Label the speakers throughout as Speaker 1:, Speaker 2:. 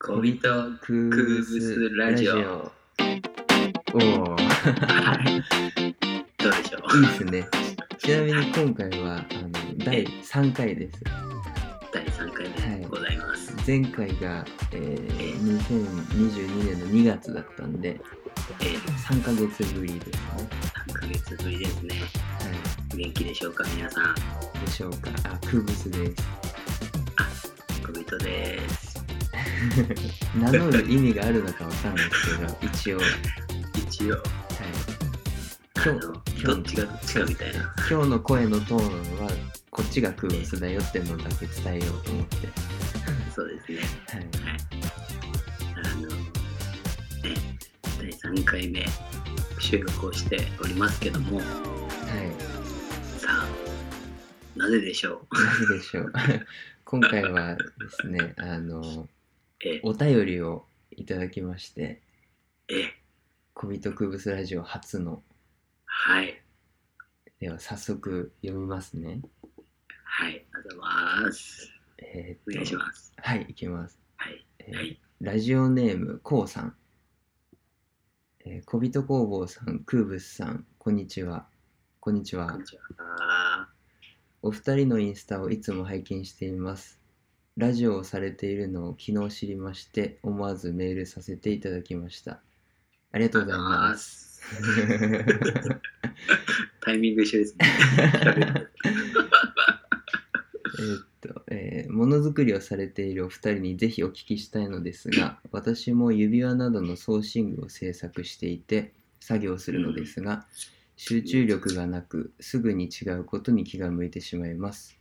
Speaker 1: 小人ク
Speaker 2: ク
Speaker 1: ー
Speaker 2: ー
Speaker 1: ブスラジオ。
Speaker 2: おお、
Speaker 1: はいどうでしょう
Speaker 2: いいですね。ちなみに今回はあの第3回です。
Speaker 1: 第3回目でございます。
Speaker 2: 前回が、えー、2022年の2月だったんで、
Speaker 1: えー、
Speaker 2: 3ヶ月ぶりですね。
Speaker 1: 3ヶ月ぶりですね。
Speaker 2: は
Speaker 1: 元気でしょうか、皆さん。
Speaker 2: い。でしょうか。あ、クーブスです。
Speaker 1: 小人です。
Speaker 2: 名乗る意味があるのかわかんないですけど、一応、はい。
Speaker 1: 一応、あ
Speaker 2: 今
Speaker 1: の
Speaker 2: 日、
Speaker 1: どっちがどっちかみたいな。
Speaker 2: 今日の声のトーンは、こっちがクーブスだよってのだけ伝えようと思って。
Speaker 1: そうですね。
Speaker 2: はい。
Speaker 1: はい。あの、ね、第3回目収録をしておりますけども、
Speaker 2: はい。
Speaker 1: さあ、なぜでしょう
Speaker 2: なぜでしょう 今回はですねあの
Speaker 1: え
Speaker 2: お便りをいただきまして
Speaker 1: え、
Speaker 2: 「小人クーブスラジオ」初の
Speaker 1: はい。
Speaker 2: では早速読みますね
Speaker 1: はい。ありがとうございます。
Speaker 2: えーっ
Speaker 1: お
Speaker 2: と
Speaker 1: 願いします。
Speaker 2: はいいきます、
Speaker 1: はい。
Speaker 2: えー
Speaker 1: はい。
Speaker 2: ラジオネームこうさん、えー小人工房さんクーブスさんこんにちはこんにち
Speaker 1: こ
Speaker 2: は
Speaker 1: んにちは。
Speaker 2: お二人のインスタをいつも拝見していますラジオをされているのを昨日知りまして思わずメールさせていただきましたありがとうございます
Speaker 1: す。タイミング一緒ですね。喋って
Speaker 2: えーっと、えーものづくりをされているお二人にぜひお聞きしたいのですが、私も指輪などの送信具を制作していて、作業するのですが、集中力がなく、すぐに違うことに気が向いてしまいます。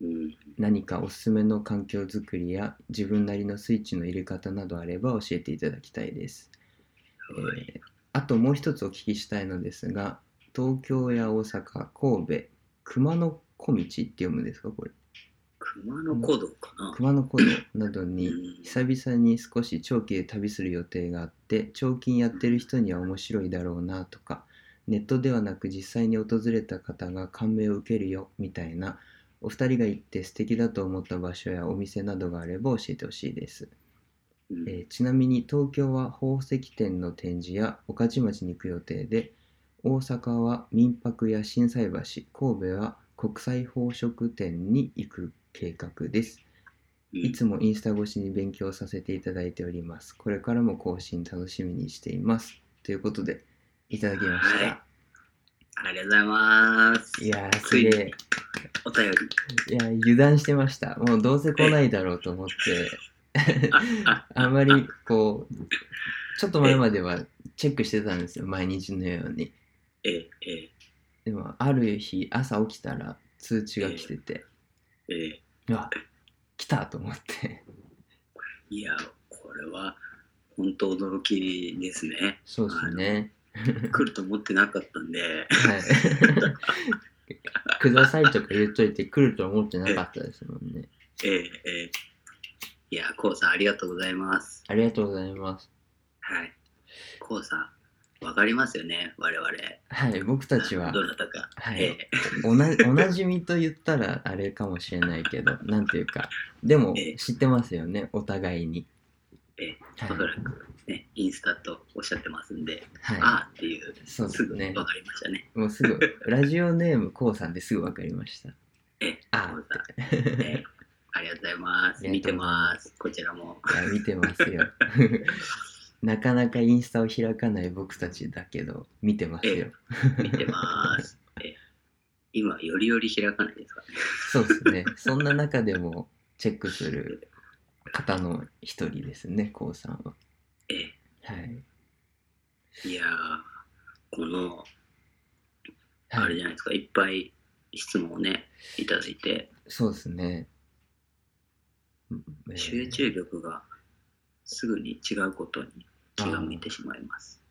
Speaker 1: うん。
Speaker 2: 何かおすすめの環境づくりや、自分なりのスイッチの入れ方などあれば教えていただきたいです。
Speaker 1: はい
Speaker 2: えーあともう一つお聞きしたいのですが、東京や大阪、神戸、熊野小道って読むんですか、これ。
Speaker 1: 熊野古道かな。
Speaker 2: 熊野古道な
Speaker 1: う
Speaker 2: ど
Speaker 1: ん
Speaker 2: に久々に少し長期で旅する予定があって長期にやってる人には面白いだろうなとかネットではなく実際に訪れた方が感銘を受けるよみたいなお二人が行って素敵だと思った場所やお店などがあれば教えてほしいです、
Speaker 1: うん
Speaker 2: えーちなみに東京は宝石店の展示や御徒町に行く予定で大阪は民泊や心斎橋神戸は国際宝飾店に行く計画ですいつもインスタ越しに勉強させていただいております。これからも更新楽しみにしています。ということで、いただきました。
Speaker 1: はいありがとうございます。
Speaker 2: い、やー、
Speaker 1: つ
Speaker 2: す
Speaker 1: いに
Speaker 2: げえ。
Speaker 1: お便り。
Speaker 2: いやー、油断してました。もうどうせ来ないだろうと思って、 あんまりこう、ちょっと前まではチェックしてたんですよ、毎日のように。
Speaker 1: ええ、え
Speaker 2: でも、ある日、朝起きたら通知が来てて、
Speaker 1: え、ええ。
Speaker 2: うわ、来たと思って。
Speaker 1: いや、これは本当驚きです ね。
Speaker 2: そうですね。
Speaker 1: 来ると思ってなかったんで、
Speaker 2: はい。くださいとか言っといて来ると思ってなかったですもんね。
Speaker 1: ええ、ええ。いや、こうさん、ありがとうございます。
Speaker 2: ありがとうございます。
Speaker 1: はい。こうさん、わかりますよね、我々。
Speaker 2: はい、僕たちは
Speaker 1: どなたか。
Speaker 2: はい
Speaker 1: ええ
Speaker 2: おな おなじみと言ったらあれかもしれないけど、なんていうか、でも
Speaker 1: ええ
Speaker 2: 知ってますよね、お互いに。
Speaker 1: ええ
Speaker 2: は
Speaker 1: おそら
Speaker 2: い。
Speaker 1: く、ね、インスタとおっしゃってますんで、
Speaker 2: は
Speaker 1: ああっていう、
Speaker 2: い、そうですす
Speaker 1: ぐ
Speaker 2: ね
Speaker 1: 分。かりましたね。
Speaker 2: もうすぐ、ラジオネームこうさんですぐ分かりました。
Speaker 1: ええ、
Speaker 2: あ
Speaker 1: こ
Speaker 2: ー
Speaker 1: うさんええありがとうございます。
Speaker 2: あり
Speaker 1: 見
Speaker 2: がと
Speaker 1: て
Speaker 2: うございま
Speaker 1: ます。こちらも。
Speaker 2: いや見てますよ。 なかなかインスタを開かない僕たちだけど、見てますよ。
Speaker 1: 見て ます。ええ今、よりより開かないですかね。
Speaker 2: そうですね。そんな中でもチェックする方の一人ですね、こうさんは。
Speaker 1: え
Speaker 2: はい。
Speaker 1: えいやー、この、あ
Speaker 2: は
Speaker 1: れ
Speaker 2: い、
Speaker 1: じゃないですか、いっぱい質問をね、いただいて、
Speaker 2: そうですね。うんえー
Speaker 1: 集中力がすぐに違うことに気が向いてしまいます。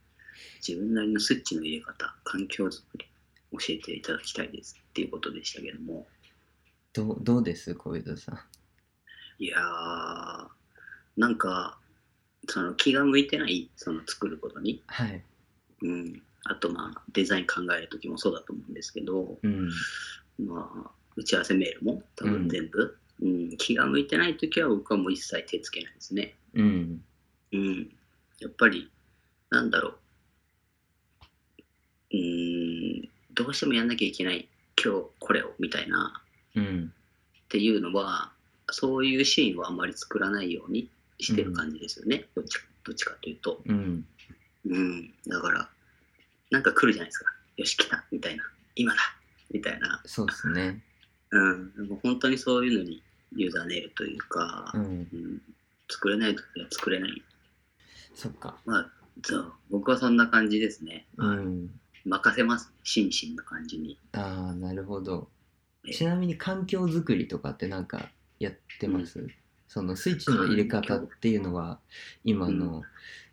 Speaker 1: 自分なりのスイッチの入れ方、環境づくり、教えていただきたいですっていうことでしたけども、
Speaker 2: どうどうです、小人さん。
Speaker 1: いやー、なんか、その気が向いてない、その作ることに、
Speaker 2: はい。
Speaker 1: うん、あとまあ、デザイン考えるときもそうだと思うんですけど、
Speaker 2: うん。
Speaker 1: まあ、打ち合わせメールも多分全部、うん気が向いてないときは僕はもう一切手つけないですね。
Speaker 2: うん。
Speaker 1: うん、やっぱり、なんだろう。うーん、どうしてもやんなきゃいけない、今日これを、みたいな、
Speaker 2: うん。
Speaker 1: っていうのは、そういうシーンはあんまり作らないようにしてる感じですよね、どっちかどっちかというと。
Speaker 2: うん。
Speaker 1: うん、だから、なんか来るじゃないですか。よし、来た、みたいな。今だ、みたいな。
Speaker 2: そうですね。
Speaker 1: うん、もう本当にそういうのにユーザーネイルというか
Speaker 2: う、ん。
Speaker 1: うん、作れないときは作れない。
Speaker 2: そっか。
Speaker 1: まあ、そう僕はそんな感じですね。
Speaker 2: うん。
Speaker 1: 任せます、心身の感じに。
Speaker 2: ああ、なるほど。
Speaker 1: え
Speaker 2: ちなみに環境づくりとかってなんかやってます、そのスイッチの入れ方っていうのは今
Speaker 1: う
Speaker 2: の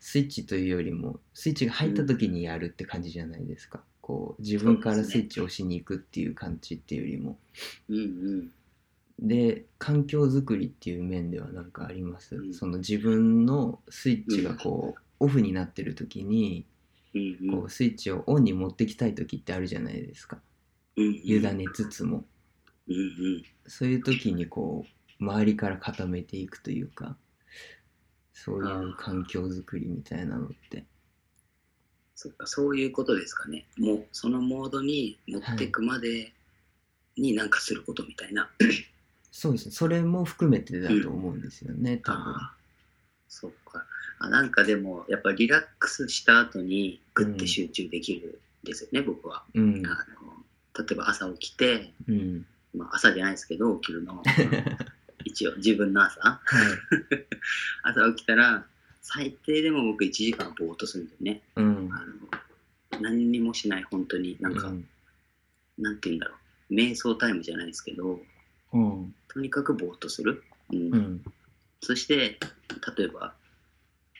Speaker 2: スイッチというよりもスイッチが入った時にやるって感じじゃないですか。こう自分からスイッチを押しに行くっていう感じっていうよりも。
Speaker 1: うんうん。
Speaker 2: で環境づくりっていう面では何かあります、
Speaker 1: うん
Speaker 2: その自分のスイッチがこう、オフになってる時に
Speaker 1: うんうん。
Speaker 2: こうスイッチをオンに持ってきたい時ってあるじゃないですか
Speaker 1: うんうん、
Speaker 2: 委ねつつも
Speaker 1: うんうん。
Speaker 2: そういう時にこう周りから固めていくというかそういう環境づくりみたいなのって
Speaker 1: そっか、そういうことですかね。もう、そのモードに持ってくまでになんかすることみたいな。
Speaker 2: そうですねそれも含めてだと思うんですよね、多分
Speaker 1: ああ、そっか。あなんかでも、やっぱリラックスした後に、グッて集中できるんですよね、僕は。
Speaker 2: うん
Speaker 1: あの例えば朝起きて、
Speaker 2: うん
Speaker 1: まあ、朝じゃないですけど、起きる の。一応、自分の朝。
Speaker 2: はい
Speaker 1: 朝起きたら、最低でも僕1時間ぼーっとするんだよね。
Speaker 2: うん
Speaker 1: あの何にもしない、本当に、なんか、
Speaker 2: うん
Speaker 1: なんて言うんだろう。瞑想タイムじゃないですけど、
Speaker 2: うん
Speaker 1: とにかくぼーっとする。うん
Speaker 2: うん
Speaker 1: そして、例えば、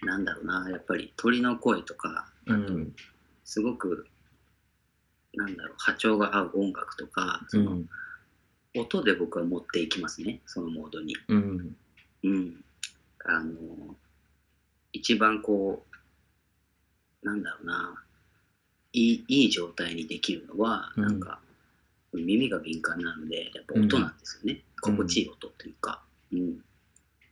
Speaker 1: なんだろうな、やっぱり鳥の声とか、
Speaker 2: う
Speaker 1: あ
Speaker 2: ん
Speaker 1: と、すごく、なんだろう、波長が合う音楽とか、その音で僕は持っていきますね、そのモードに。
Speaker 2: うん
Speaker 1: うん。あの、一番こう、なんだろうな、いいいい状態にできるのは、
Speaker 2: うん
Speaker 1: なんか、耳が敏感なので、やっぱ音なんですよね。
Speaker 2: うん
Speaker 1: 心地いい音というか、うん。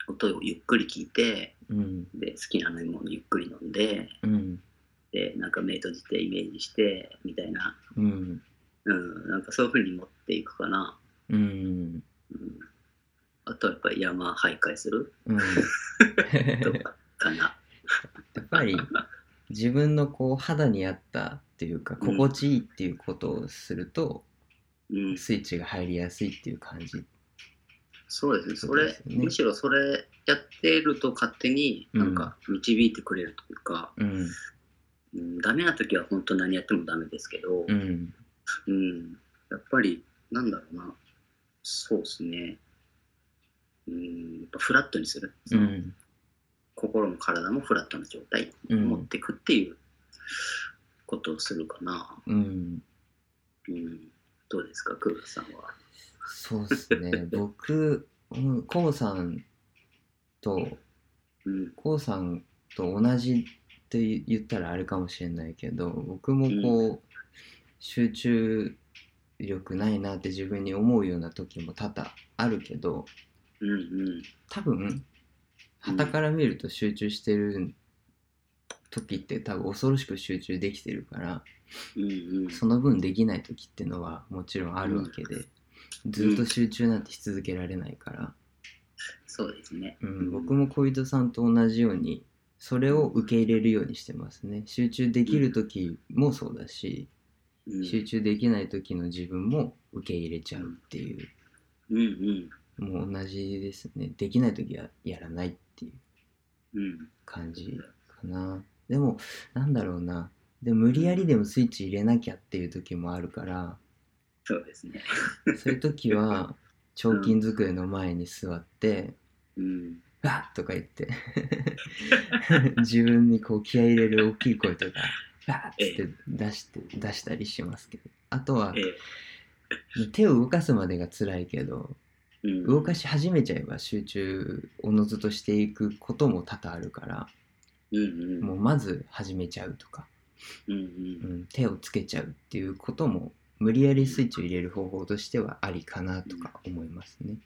Speaker 1: 音をゆっくり聞いて、
Speaker 2: うん
Speaker 1: で、好きな飲み物ゆっくり飲んで、
Speaker 2: うん
Speaker 1: で、なんか目閉じてイメージして、みたいな、
Speaker 2: うん
Speaker 1: うん、なんかそういう風に持っていくかな。
Speaker 2: うん
Speaker 1: うん、あとはやっぱり山徘徊する
Speaker 2: うん
Speaker 1: とかかな。
Speaker 2: やっぱり自分のこう肌に合ったっていうか
Speaker 1: うん
Speaker 2: 心地いいっていうことをすると、
Speaker 1: うん、
Speaker 2: スイッチが入りやすいっていう感じ
Speaker 1: そうですね、そ
Speaker 2: そう
Speaker 1: れ
Speaker 2: です、ね
Speaker 1: むしろそれやってると勝手になんか導いてくれるというか、
Speaker 2: うん
Speaker 1: うん、ダメな時は本当何やってもダメですけど、う
Speaker 2: う
Speaker 1: ん
Speaker 2: ん
Speaker 1: やっぱりなんだろうな、そうですね、うん、やっぱフラットにする、
Speaker 2: う、ん
Speaker 1: 心も体もフラットな状態
Speaker 2: う
Speaker 1: 持っ
Speaker 2: ん
Speaker 1: てくっていうことをするかな。
Speaker 2: うん
Speaker 1: うん、どうですか、クールさんは。
Speaker 2: そうですね僕うんこうさんと
Speaker 1: うん、
Speaker 2: こうさんと同じって言ったらあれかもしれないけど僕もこう、集中力ないなって自分に思うような時も多々あるけど、
Speaker 1: うん、うん、
Speaker 2: 多分傍から見ると集中してる時って多分恐ろしく集中できてるから
Speaker 1: うん、うん。
Speaker 2: その分できない時ってのはもちろんあるわけでずっと集中なんてし続けられないから、
Speaker 1: そうですね。
Speaker 2: うん、僕も小糸さんと同じようにそれを受け入れるようにしてますね集中できる時もそうだし
Speaker 1: うん、
Speaker 2: 集中できない時の自分も受け入れちゃうっていう
Speaker 1: うん、うん、
Speaker 2: もう同じですねできない時はやらないっていう
Speaker 1: うん。
Speaker 2: 感じかなでもなんだろうなで無理やりでもスイッチ入れなきゃっていう時もあるから
Speaker 1: そうですね。
Speaker 2: そういう時は彫金机の前に座って
Speaker 1: うん。
Speaker 2: 「わっ!」とか言って 自分にこう気合い入れる大きい声とか「わっ!」って出して出したりしますけどあとは
Speaker 1: ええ
Speaker 2: 手を動かすまでが辛いけど
Speaker 1: うん、
Speaker 2: 動かし始めちゃえば集中おのずとしていくことも多々あるから
Speaker 1: うんうん
Speaker 2: もうまず始めちゃうとか
Speaker 1: うんう
Speaker 2: うんん、手をつけちゃうっていうことも無理やりスイッチを入れる方法としてはありかなとか思いますね。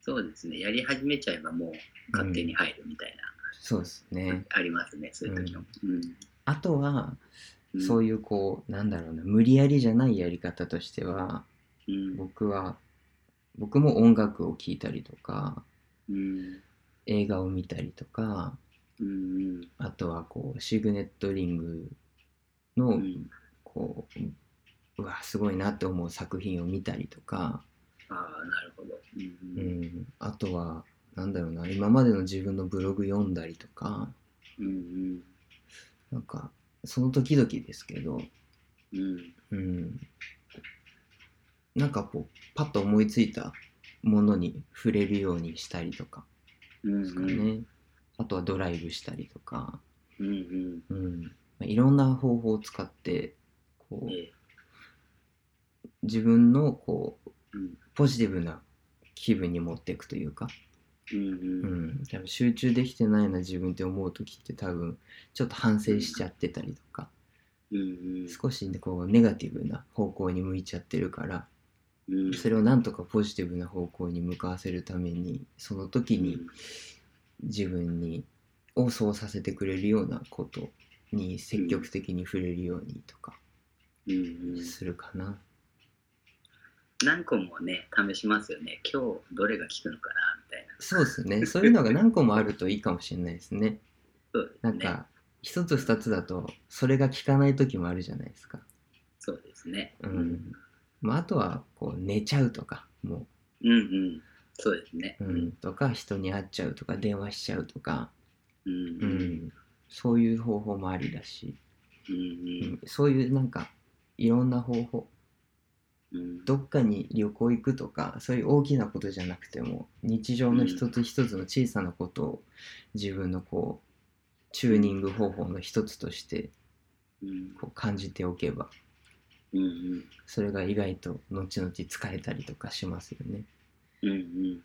Speaker 1: そうですねやり始めちゃえばもう勝手に入るみたいな
Speaker 2: そうですね。
Speaker 1: ありますね、そういう時の。
Speaker 2: あとは、
Speaker 1: うん。
Speaker 2: そういうこう、なんだろうな、無理やりじゃないやり方としては、
Speaker 1: うん。
Speaker 2: 僕は、僕も音楽を聴いたりとか、
Speaker 1: うん。
Speaker 2: 映画を見たりとか、
Speaker 1: うん。
Speaker 2: あとはこう、シグネットリング
Speaker 1: う
Speaker 2: の、
Speaker 1: ん。
Speaker 2: こう、うわ、すごいなって思う作品を見たりとか、
Speaker 1: ああ、なるほど。う。
Speaker 2: うんん、あとは、なんだろうな、今までの自分のブログ読んだりとか、
Speaker 1: うん。
Speaker 2: なんか、その時々ですけど、
Speaker 1: うん。うん。
Speaker 2: うん、なんかこうパッと思いついたものに触れるようにしたりとか
Speaker 1: うん。
Speaker 2: ですかね、あとはドライブしたりとか、
Speaker 1: うん。うん。
Speaker 2: うんまあ、いろんな方法を使ってこう
Speaker 1: ええ
Speaker 2: 自分のこう
Speaker 1: うん。
Speaker 2: ポジティブな気分に持っていくというか、
Speaker 1: うん。
Speaker 2: う
Speaker 1: うん。
Speaker 2: ん、多分集中できてないな自分って思う時って多分ちょっと反省しちゃってたりとか
Speaker 1: うん。
Speaker 2: 少しねこうネガティブな方向に向いちゃってるから
Speaker 1: うん。
Speaker 2: それをなんとかポジティブな方向に向かわせるためにその時に自分にをそうさせてくれるようなことに積極的に触れるようにとか
Speaker 1: うん。うん。
Speaker 2: するかな。
Speaker 1: 何個もね、試しますよね。今日どれが効くのかな、みたいな。
Speaker 2: そうですね。そういうのが何個もあるといいかもしれないですね。
Speaker 1: そうで
Speaker 2: な
Speaker 1: す
Speaker 2: ん
Speaker 1: ね。
Speaker 2: か一つ二つだとそれが効かない時もあるじゃないですか。
Speaker 1: そうですね。
Speaker 2: う。ん。まあ、あとはこう寝ちゃうとかも
Speaker 1: うんうん。そうですね。
Speaker 2: う、うん、。とか人に会っちゃうとか電話しちゃうとか、
Speaker 1: う。
Speaker 2: うんん、そういう方法もありだし。
Speaker 1: うん。
Speaker 2: そういうなんかいろんな方法
Speaker 1: うん。
Speaker 2: どっかに旅行行くとかそういう大きなことじゃなくても日常の一つ一つの小さなことを自分のこうチューニング方法の一つとして
Speaker 1: うん。
Speaker 2: こう感じておけば
Speaker 1: うん。うん。
Speaker 2: それが意外と後々疲れたりとかしますよね。
Speaker 1: うんうん。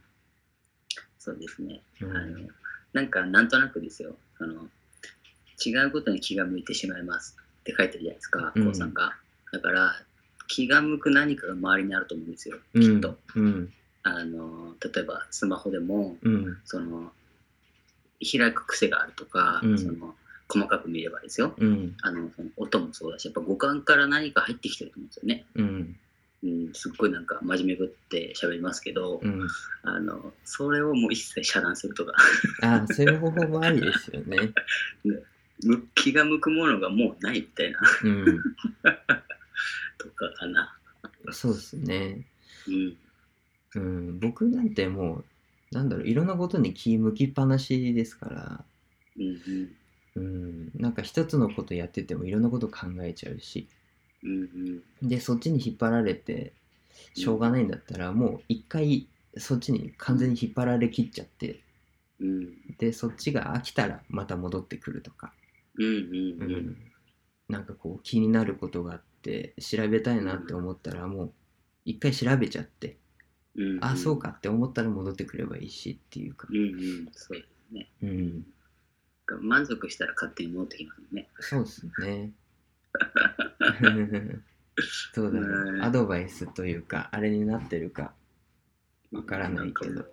Speaker 1: そうですね。
Speaker 2: う
Speaker 1: あの
Speaker 2: ん、
Speaker 1: なんか、なんとなくですよ。あの、違うことに気が向いてしまいますって書いてるじゃないですか、
Speaker 2: うん
Speaker 1: こうさんが。だから、気が向く何かが周りにあると思うんですよ、
Speaker 2: う
Speaker 1: きっ
Speaker 2: ん
Speaker 1: と。
Speaker 2: うん
Speaker 1: あの、例えば、スマホでも、
Speaker 2: うん
Speaker 1: その、開く癖があるとか、
Speaker 2: うん
Speaker 1: その、細かく見ればですよ。
Speaker 2: うん
Speaker 1: あの、その音もそうだし、やっぱ五感から何か入ってきてると思うんですよね。
Speaker 2: うん
Speaker 1: うん、すっごいなんか真面目ぶって喋りますけど、
Speaker 2: うん
Speaker 1: あの、それをもう一切遮断するとか、
Speaker 2: ああそういう方法もありですよね。
Speaker 1: む気が向くものがもうないみたいな
Speaker 2: うん
Speaker 1: とかかな。
Speaker 2: そうですね。
Speaker 1: うん。
Speaker 2: うん、僕なんてもう、なんだろう、いろんなことに気向きっぱなしですから、
Speaker 1: うん
Speaker 2: うん、なんか一つのことやっててもいろんなこと考えちゃうし、
Speaker 1: うん。うん
Speaker 2: で、そっちに引っ張られて、しょうがないんだったら、もう一回そっちに完全に引っ張られきっちゃって、
Speaker 1: うん。うん
Speaker 2: で、そっちが飽きたらまた戻ってくるとか、
Speaker 1: うん
Speaker 2: う
Speaker 1: うんうん。
Speaker 2: ん、なんかこう気になることがあって、調べたいなって思ったら、もう一回調べちゃって、
Speaker 1: うんん
Speaker 2: あ、そう。かって思ったら戻ってくればいいしっていうか
Speaker 1: う、んうん。そうですね。
Speaker 2: うん。
Speaker 1: 満足したら勝手に戻ってきますね。
Speaker 2: そうです ね。どうだろ
Speaker 1: ね
Speaker 2: う。アドバイスというか、あれになってるか。
Speaker 1: わ
Speaker 2: からないけど。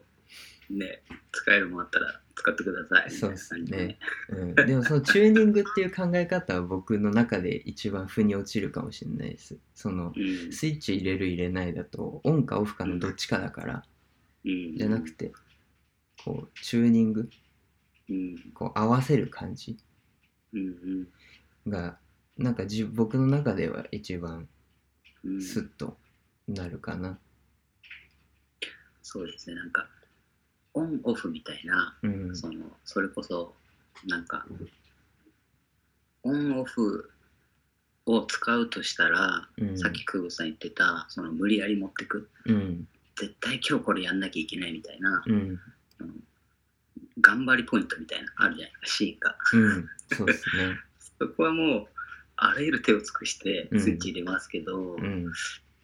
Speaker 1: ね、使えるもんあったら使ってください。
Speaker 2: そうですね
Speaker 1: みたいな感
Speaker 2: うん、でも、そのチューニングっていう考え方は僕の中で一番腑に落ちるかもしれないです。その、
Speaker 1: じでね。
Speaker 2: スイッチ入れる入れないだと、オンかオフかのどっちかだから、
Speaker 1: うん。
Speaker 2: じゃなくて、こう、チューニング、
Speaker 1: うん。
Speaker 2: こう、合わせる感じ
Speaker 1: うんうん
Speaker 2: が、なんかじ僕の中では一番
Speaker 1: うん。
Speaker 2: スッとなるかな。
Speaker 1: そうですね。なんか、オンオフみたいな。
Speaker 2: うん。
Speaker 1: そのそれこそなんかオンオフを使うとしたら、
Speaker 2: うん、
Speaker 1: さっき空母さん言ってたその無理やり持ってく
Speaker 2: うん。
Speaker 1: 絶対今日これやんなきゃいけないみたいな、
Speaker 2: うん。
Speaker 1: 頑張りポイントみたいなのあるじゃないですか C が
Speaker 2: うん、そうですね。
Speaker 1: そこはもうあらゆる手を尽くして
Speaker 2: うん
Speaker 1: スイッチ入れますけど、
Speaker 2: うん、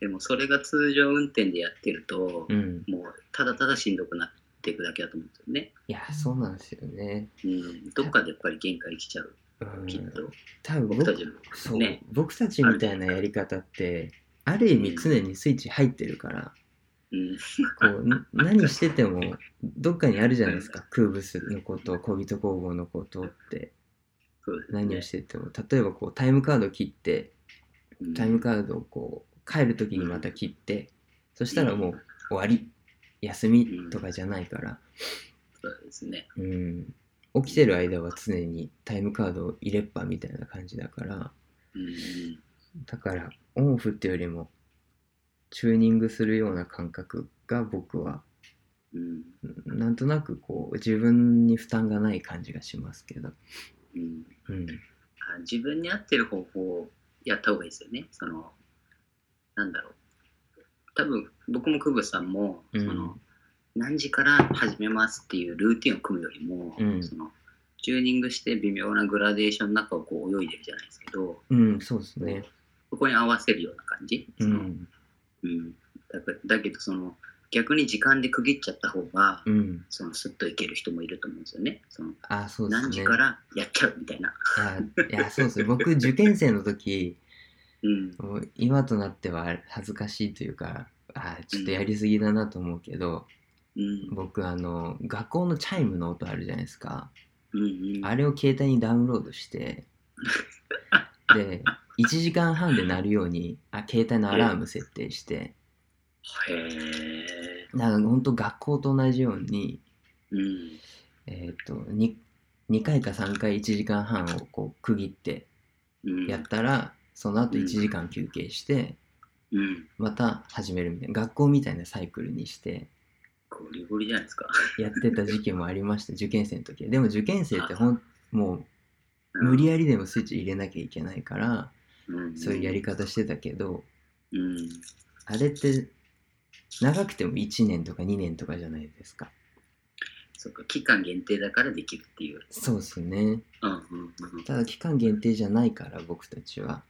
Speaker 1: でもそれが通常運転でやってると、
Speaker 2: うん。
Speaker 1: もうただただしんどくなっていくだけだと思うんですよね、
Speaker 2: いや、そうなんですよね。
Speaker 1: うん、どっかでやっぱり限界来ちゃう
Speaker 2: うん
Speaker 1: きっと、
Speaker 2: 多分
Speaker 1: 僕た
Speaker 2: 僕
Speaker 1: ちも
Speaker 2: そう、
Speaker 1: ね
Speaker 2: 僕たちみたいなやり方って、ある意味常にスイッチ入ってるから、
Speaker 1: うん。
Speaker 2: こうな何しててもどっかにあるじゃないですか空物のこと小人工房のことって
Speaker 1: そうですね
Speaker 2: 何をしてても例えばこうタイムカード切って
Speaker 1: うん
Speaker 2: タイムカードをこう帰る時にまた切ってそしたらもう終わり休みとかじゃないから、
Speaker 1: そうですね。
Speaker 2: うん、起きてる間は常にタイムカードを入れっぱみたいな感じだから
Speaker 1: うんうん。
Speaker 2: だからオンオフっていうよりもチューニングするような感覚が僕は
Speaker 1: うん
Speaker 2: なんとなくこう自分に負担がない感じがしますけど、
Speaker 1: うん
Speaker 2: うん、
Speaker 1: あ自分に合ってる方法をやった方がいいですよね。その、なんだろう。多分、僕も久保さんも、
Speaker 2: うん
Speaker 1: その、何時から始めますっていうルーティンを組むよりも、
Speaker 2: うん
Speaker 1: その、チューニングして微妙なグラデーションの中をこう泳いでるじゃないですけど、
Speaker 2: うん、そうですね、
Speaker 1: そこに合わせるような感じ。
Speaker 2: う
Speaker 1: その
Speaker 2: ん、
Speaker 1: うんだけだけど、その、逆に時間で区切っちゃった方が、
Speaker 2: うん、
Speaker 1: そのスッといける人もいると思うんですよね。その
Speaker 2: あ、そうですね。
Speaker 1: 何時からやっちゃうみたいな。
Speaker 2: いや、いやそうですね。僕受験生の時、
Speaker 1: うん。
Speaker 2: もう今となっては恥ずかしいというか、あ、ちょっとやりすぎだなと思うけど、
Speaker 1: うん。
Speaker 2: 僕あの学校のチャイムの音あるじゃないですか
Speaker 1: うんうん。
Speaker 2: あれを携帯にダウンロードしてで1時間半で鳴るようにあ携帯のアラーム設定して
Speaker 1: へえ。
Speaker 2: なんかほんと学校と同じように、
Speaker 1: うん。
Speaker 2: えー、と 2, 2回か3回1時間半をこう区切って
Speaker 1: うん。
Speaker 2: やったらその後1時間休憩して
Speaker 1: うん。
Speaker 2: また始めるみたいな学校みたいなサイクルにして
Speaker 1: ゴリゴリじゃないですか。
Speaker 2: やってた時期もありました受験生の時でも受験生ってほんもう
Speaker 1: うん
Speaker 2: 無理やりでもスイッチ入れなきゃいけないから
Speaker 1: うん
Speaker 2: そういうやり方してたけど
Speaker 1: うん。
Speaker 2: あれって長くても1年とか2年とかじゃないですか
Speaker 1: そっか、期間限定だからできるっていう。
Speaker 2: そうですね
Speaker 1: うんうんうん。そ
Speaker 2: ただ期間限定じゃないから僕たちは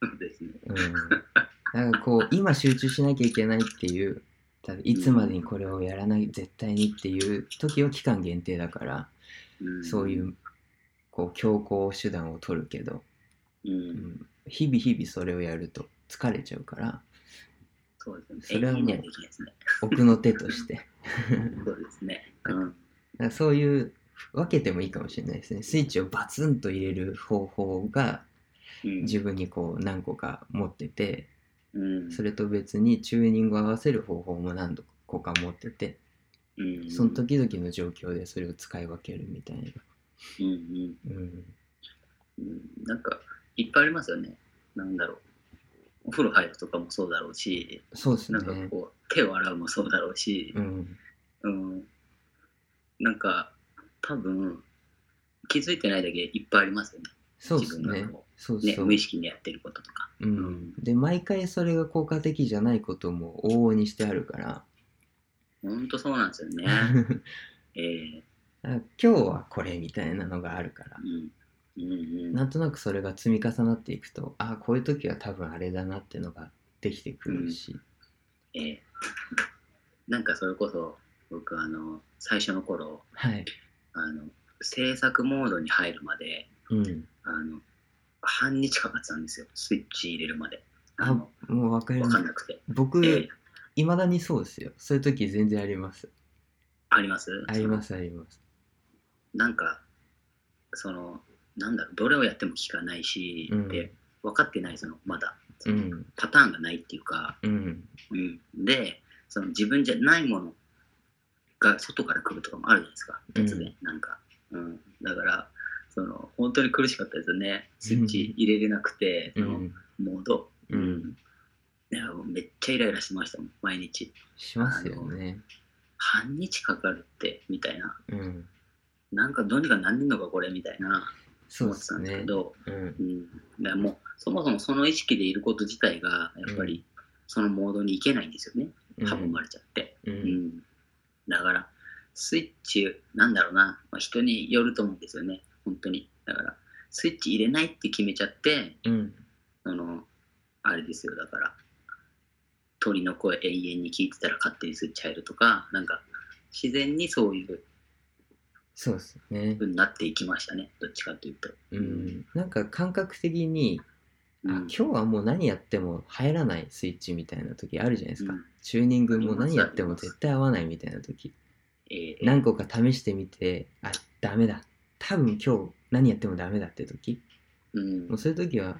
Speaker 1: うですね。
Speaker 2: うんだからこう今集中しなきゃいけないっていう多分いつまでにこれをやらない絶対にっていう時は期間限定だから
Speaker 1: うん、
Speaker 2: そういうこう強行手段を取るけど、
Speaker 1: う。
Speaker 2: うんん、日々日々それをやると疲れちゃうから
Speaker 1: そうです
Speaker 2: そ
Speaker 1: ね。
Speaker 2: れはも
Speaker 1: 永
Speaker 2: う
Speaker 1: 遠にはできないですね。
Speaker 2: 奥の手として
Speaker 1: そうですね。うん。
Speaker 2: だからそういう分けてもいいかもしれないですねスイッチをバツンと入れる方法が
Speaker 1: うん。
Speaker 2: 自分にこう何個か持ってて
Speaker 1: うん。
Speaker 2: それと別にチューニングを合わせる方法も何個か持ってて
Speaker 1: うん。
Speaker 2: その時々の状況でそれを使い分けるみたいな、
Speaker 1: うんうん。
Speaker 2: うん、
Speaker 1: うん。なんか、いっぱいありますよね。なんだろう。お風呂入るとかもそうだろうし、
Speaker 2: そうです
Speaker 1: なんか
Speaker 2: ね
Speaker 1: こう、手を洗うもそうだろうし、
Speaker 2: うん
Speaker 1: うん、なんか多分気づいてないだけいっぱいありますよね
Speaker 2: そうです
Speaker 1: 自分
Speaker 2: ね
Speaker 1: がこ
Speaker 2: そう
Speaker 1: ね
Speaker 2: そう、
Speaker 1: 無意識にやってることとか、
Speaker 2: うん、で毎回それが効果的じゃないことも往々にしてあるから
Speaker 1: ほんとそうなんですよね
Speaker 2: だ か
Speaker 1: ええ
Speaker 2: ら今日はこれみたいなのがあるから
Speaker 1: うんうん
Speaker 2: なんとなくそれが積み重なっていくとああこういう時は多分あれだなってのができてくるし、
Speaker 1: ええなんかそれこそ僕あの最初の頃
Speaker 2: はい、
Speaker 1: あの制作モードに入るまで
Speaker 2: うん、
Speaker 1: あの半日かかってたんですよスイッチ入れるまであ
Speaker 2: あ
Speaker 1: の
Speaker 2: もう分かり
Speaker 1: 分
Speaker 2: ま
Speaker 1: かん
Speaker 2: す
Speaker 1: なくて、ええ
Speaker 2: 僕いまだにそうですよそういう時全然あります
Speaker 1: あります
Speaker 2: ありますあります
Speaker 1: なんかそのなんだろうどれをやっても効かないし、
Speaker 2: うん
Speaker 1: で分かってないそのまだそうの
Speaker 2: ん
Speaker 1: パターンがないっていうか、
Speaker 2: うん
Speaker 1: うん、でその自分じゃないものが外から来るとかもあるじゃないですか別で、
Speaker 2: うん
Speaker 1: なんか、うん、だからその本当に苦しかったですよねスイッチ入れれなくて、
Speaker 2: う
Speaker 1: その
Speaker 2: ん
Speaker 1: モード、
Speaker 2: うん
Speaker 1: いやもうめっちゃイライラしてましたもん毎日
Speaker 2: しますよね
Speaker 1: 半日かかるってみたいな
Speaker 2: うん
Speaker 1: なんかどうにかなんねんのかこれみたいな
Speaker 2: そう
Speaker 1: 思
Speaker 2: で
Speaker 1: ってた
Speaker 2: す
Speaker 1: んですけ
Speaker 2: ね
Speaker 1: ど、
Speaker 2: うん
Speaker 1: うん、だからもうそもそもその意識でいること自体がやっぱりそのモードに行けないんですよね
Speaker 2: うん
Speaker 1: 阻まれちゃって、
Speaker 2: う
Speaker 1: うん
Speaker 2: ん
Speaker 1: だからスイッチなんだろうな、まあ、人によると思うんですよね本当にだからスイッチ入れないって決めちゃって
Speaker 2: うん
Speaker 1: そのあれですよだから鳥の声永遠に聞いてたら勝手にスイッチ入るとかなんか自然にそういう
Speaker 2: そうですね
Speaker 1: 風になっていきましたねどっちかというと
Speaker 2: うんなんか感覚的にあ今日はもう何やっても入らないスイッチみたいな時あるじゃないですか、
Speaker 1: うん
Speaker 2: チューニングも何やっ
Speaker 1: あり
Speaker 2: ても
Speaker 1: ます
Speaker 2: 絶対合わないみたいな時
Speaker 1: えー
Speaker 2: 何個か試してみてあダメだ多分今日何やってもダメだって時
Speaker 1: うん
Speaker 2: もうそういう時は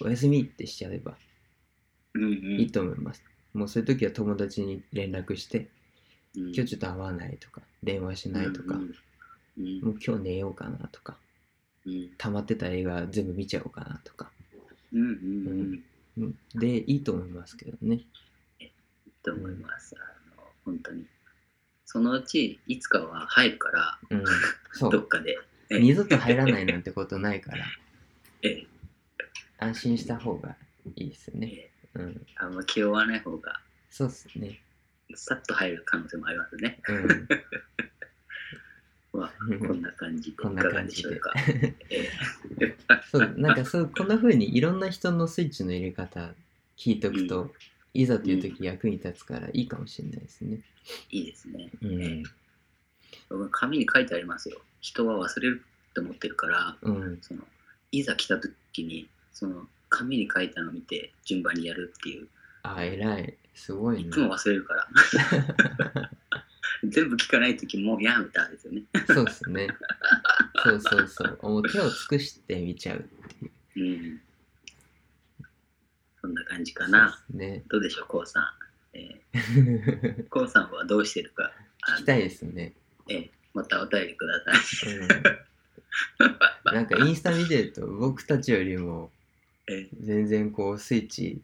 Speaker 2: お休みってしちゃえば
Speaker 1: うんうん
Speaker 2: いいと思います、もうそういう時は友達に連絡して
Speaker 1: うん
Speaker 2: 今日ちょっと会わないとか電話しないとか、
Speaker 1: うんうん
Speaker 2: もう今日寝ようかなとか
Speaker 1: うん
Speaker 2: 溜まってた映画全部見ちゃおうかなとか、
Speaker 1: うんうんうんうん
Speaker 2: うんでいいと思いますけどね
Speaker 1: と思います。あの本当に。そのうちいつかは入るから、
Speaker 2: うんそ
Speaker 1: ど
Speaker 2: う
Speaker 1: っかで。え
Speaker 2: 二度と入らないなんてことないから
Speaker 1: ええ
Speaker 2: 安心した方がいいですね
Speaker 1: ええ
Speaker 2: うん
Speaker 1: あんま気負わない方が、
Speaker 2: そうっすね
Speaker 1: さっと入る可能性もありますね。
Speaker 2: うん
Speaker 1: はこんな感じで、い
Speaker 2: こ
Speaker 1: か
Speaker 2: んな
Speaker 1: が
Speaker 2: 感
Speaker 1: で
Speaker 2: じ
Speaker 1: し
Speaker 2: で
Speaker 1: ょうか。ええ
Speaker 2: そうなんかそうこんな風にいろんな人のスイッチの入れ方聞いとくと、
Speaker 1: う
Speaker 2: いざという時役に立つからいいかもしれないですね。
Speaker 1: いいですね。
Speaker 2: うん。
Speaker 1: 僕紙に書いてありますよ。人は忘れるって思ってるから、
Speaker 2: うん。
Speaker 1: そのいざ来た時に、その紙に書いたのを見て順番にやるっていう、
Speaker 2: あ、偉い。すごい
Speaker 1: い
Speaker 2: ね
Speaker 1: つ。も忘れるから。 全部聞かない時もうやめたんですよね。
Speaker 2: そうですね。そうそうそう。もう手を尽くしてみちゃうっていう。
Speaker 1: うん。そんな感じかな。
Speaker 2: そうですね。
Speaker 1: どうでしょう、こうさん。えー、こうさんはどうしてるか、
Speaker 2: 聞きたいですね。
Speaker 1: えーまたお便りください。
Speaker 2: うん。なんかインスタ見てると僕たちよりも
Speaker 1: え
Speaker 2: 全然こうスイッチ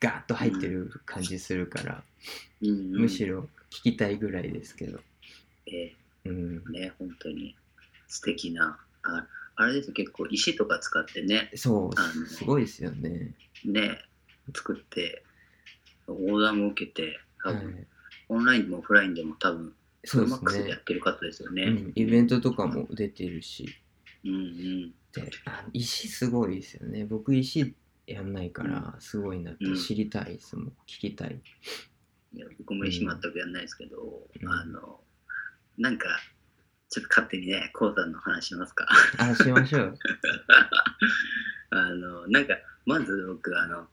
Speaker 2: ガーッと入ってる感じするから、
Speaker 1: ーうんうん
Speaker 2: むしろ聞きたいぐらいですけど。
Speaker 1: え
Speaker 2: うん。
Speaker 1: ーね、本当に素敵な。ああれですよ結構石とか使ってね、
Speaker 2: そう、
Speaker 1: あの
Speaker 2: すごいですよね。
Speaker 1: ね、作って、オーダーも受けて、多
Speaker 2: はい
Speaker 1: 分、、オンラインでもオフラインでも多分、
Speaker 2: そう
Speaker 1: マ
Speaker 2: で
Speaker 1: ックス
Speaker 2: す
Speaker 1: でや
Speaker 2: ね
Speaker 1: っ。てる方ですよね。
Speaker 2: うんイベントとかも出てるし、
Speaker 1: うんうん。
Speaker 2: であ石すごいですよね。僕、石やんないから、すごいなって
Speaker 1: うん
Speaker 2: 知りたいですもん、聞きたい。
Speaker 1: いや僕も石全くやんないですけど、
Speaker 2: うん
Speaker 1: あのなんかちょっと勝手にねこうさんの話しますか
Speaker 2: あ、しましょう。
Speaker 1: あのなんかまず僕あの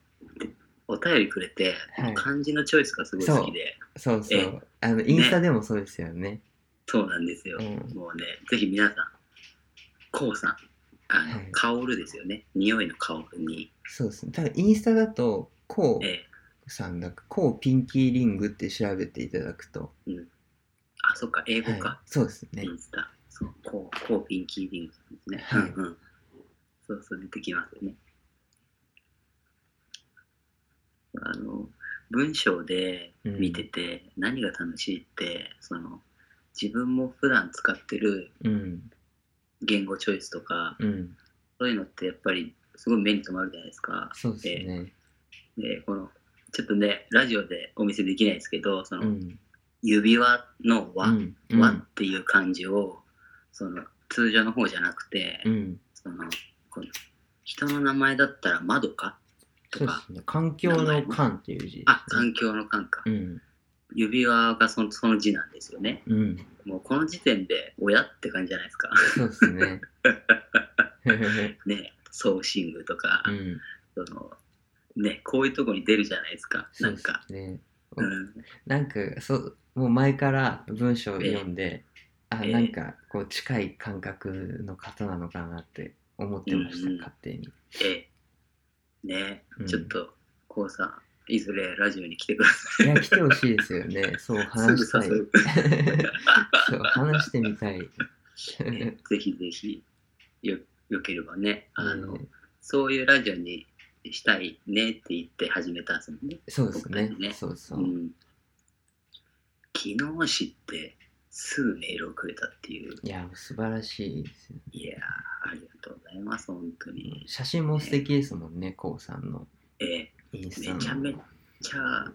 Speaker 1: お便りくれて、
Speaker 2: はい
Speaker 1: 漢字のチョイスがすごい好きで
Speaker 2: そうそ
Speaker 1: え
Speaker 2: う。あのインスタでもそうですよね。
Speaker 1: そうなんですよ、
Speaker 2: うん
Speaker 1: もうねぜひ皆さんこうさんあの、
Speaker 2: はい
Speaker 1: 香るですよね匂いの香るに、
Speaker 2: そうですね。ただ、インスタだと、こ
Speaker 1: ええ
Speaker 2: うさんだか、こうピンキーリングって調べていただくと、
Speaker 1: あそっか英語
Speaker 2: はい
Speaker 1: か、、
Speaker 2: そうですね
Speaker 1: イ。ンスタそうこうこうピンキーリングさんですね、
Speaker 2: はい
Speaker 1: うんうんそうそう出てきますよねあの文章で
Speaker 2: うん
Speaker 1: 見てて何が楽しいって、その自分も普段使ってる
Speaker 2: うん、
Speaker 1: 言語チョイスとか
Speaker 2: うん、
Speaker 1: そういうのってやっぱりすごい目に留まるじゃないですか
Speaker 2: そうですね。
Speaker 1: でこのちょっとねラジオでお見せできないですけどその、
Speaker 2: うん、
Speaker 1: 指輪の輪、
Speaker 2: うん、う
Speaker 1: 和
Speaker 2: ん
Speaker 1: っ、ていう漢字をその通常の方じゃなくて、
Speaker 2: うん、
Speaker 1: そのこの人の名前だったら窓か
Speaker 2: そ
Speaker 1: と
Speaker 2: うで
Speaker 1: か
Speaker 2: すね。環境の環っていう字。
Speaker 1: あ環境の環か、
Speaker 2: うん、
Speaker 1: 指輪がそのその字なんですよね
Speaker 2: うん、
Speaker 1: もうこの時点で親って感じじゃないですか
Speaker 2: そうですね。
Speaker 1: ねソーシングとか、
Speaker 2: うん、
Speaker 1: そのねこういうとこに出るじゃないですか
Speaker 2: そ
Speaker 1: な
Speaker 2: うんで
Speaker 1: か
Speaker 2: すね。
Speaker 1: うん
Speaker 2: なんか、そう、もう前から文章を読んで、あ、
Speaker 1: ええ
Speaker 2: なんか、こう、近い感覚の方なのかなって思ってました、
Speaker 1: うんうん
Speaker 2: 勝手に。
Speaker 1: ええね
Speaker 2: うん
Speaker 1: ちょっとこうさんいずれラジオに来てくださ
Speaker 2: いや、来てほしいですよね。そう、
Speaker 1: い
Speaker 2: 話
Speaker 1: す
Speaker 2: した
Speaker 1: ぐ
Speaker 2: い。
Speaker 1: 誘う
Speaker 2: そう、話してみたい。
Speaker 1: ねぜひぜひよよければねあの、
Speaker 2: うん
Speaker 1: そういうラジオにしたいねって言って始めたんですもんね。
Speaker 2: そうですね
Speaker 1: 僕たち。ね
Speaker 2: そうそうう。
Speaker 1: ん、昨日知ってすぐメールをくれたっていう。
Speaker 2: いや、素晴らしいですよね。
Speaker 1: いやーありがとうございます、本当に。
Speaker 2: 写真も素敵ですもんね、こうさんの
Speaker 1: え
Speaker 2: インス
Speaker 1: ー
Speaker 2: タ
Speaker 1: めちゃ
Speaker 2: の。
Speaker 1: めちゃ、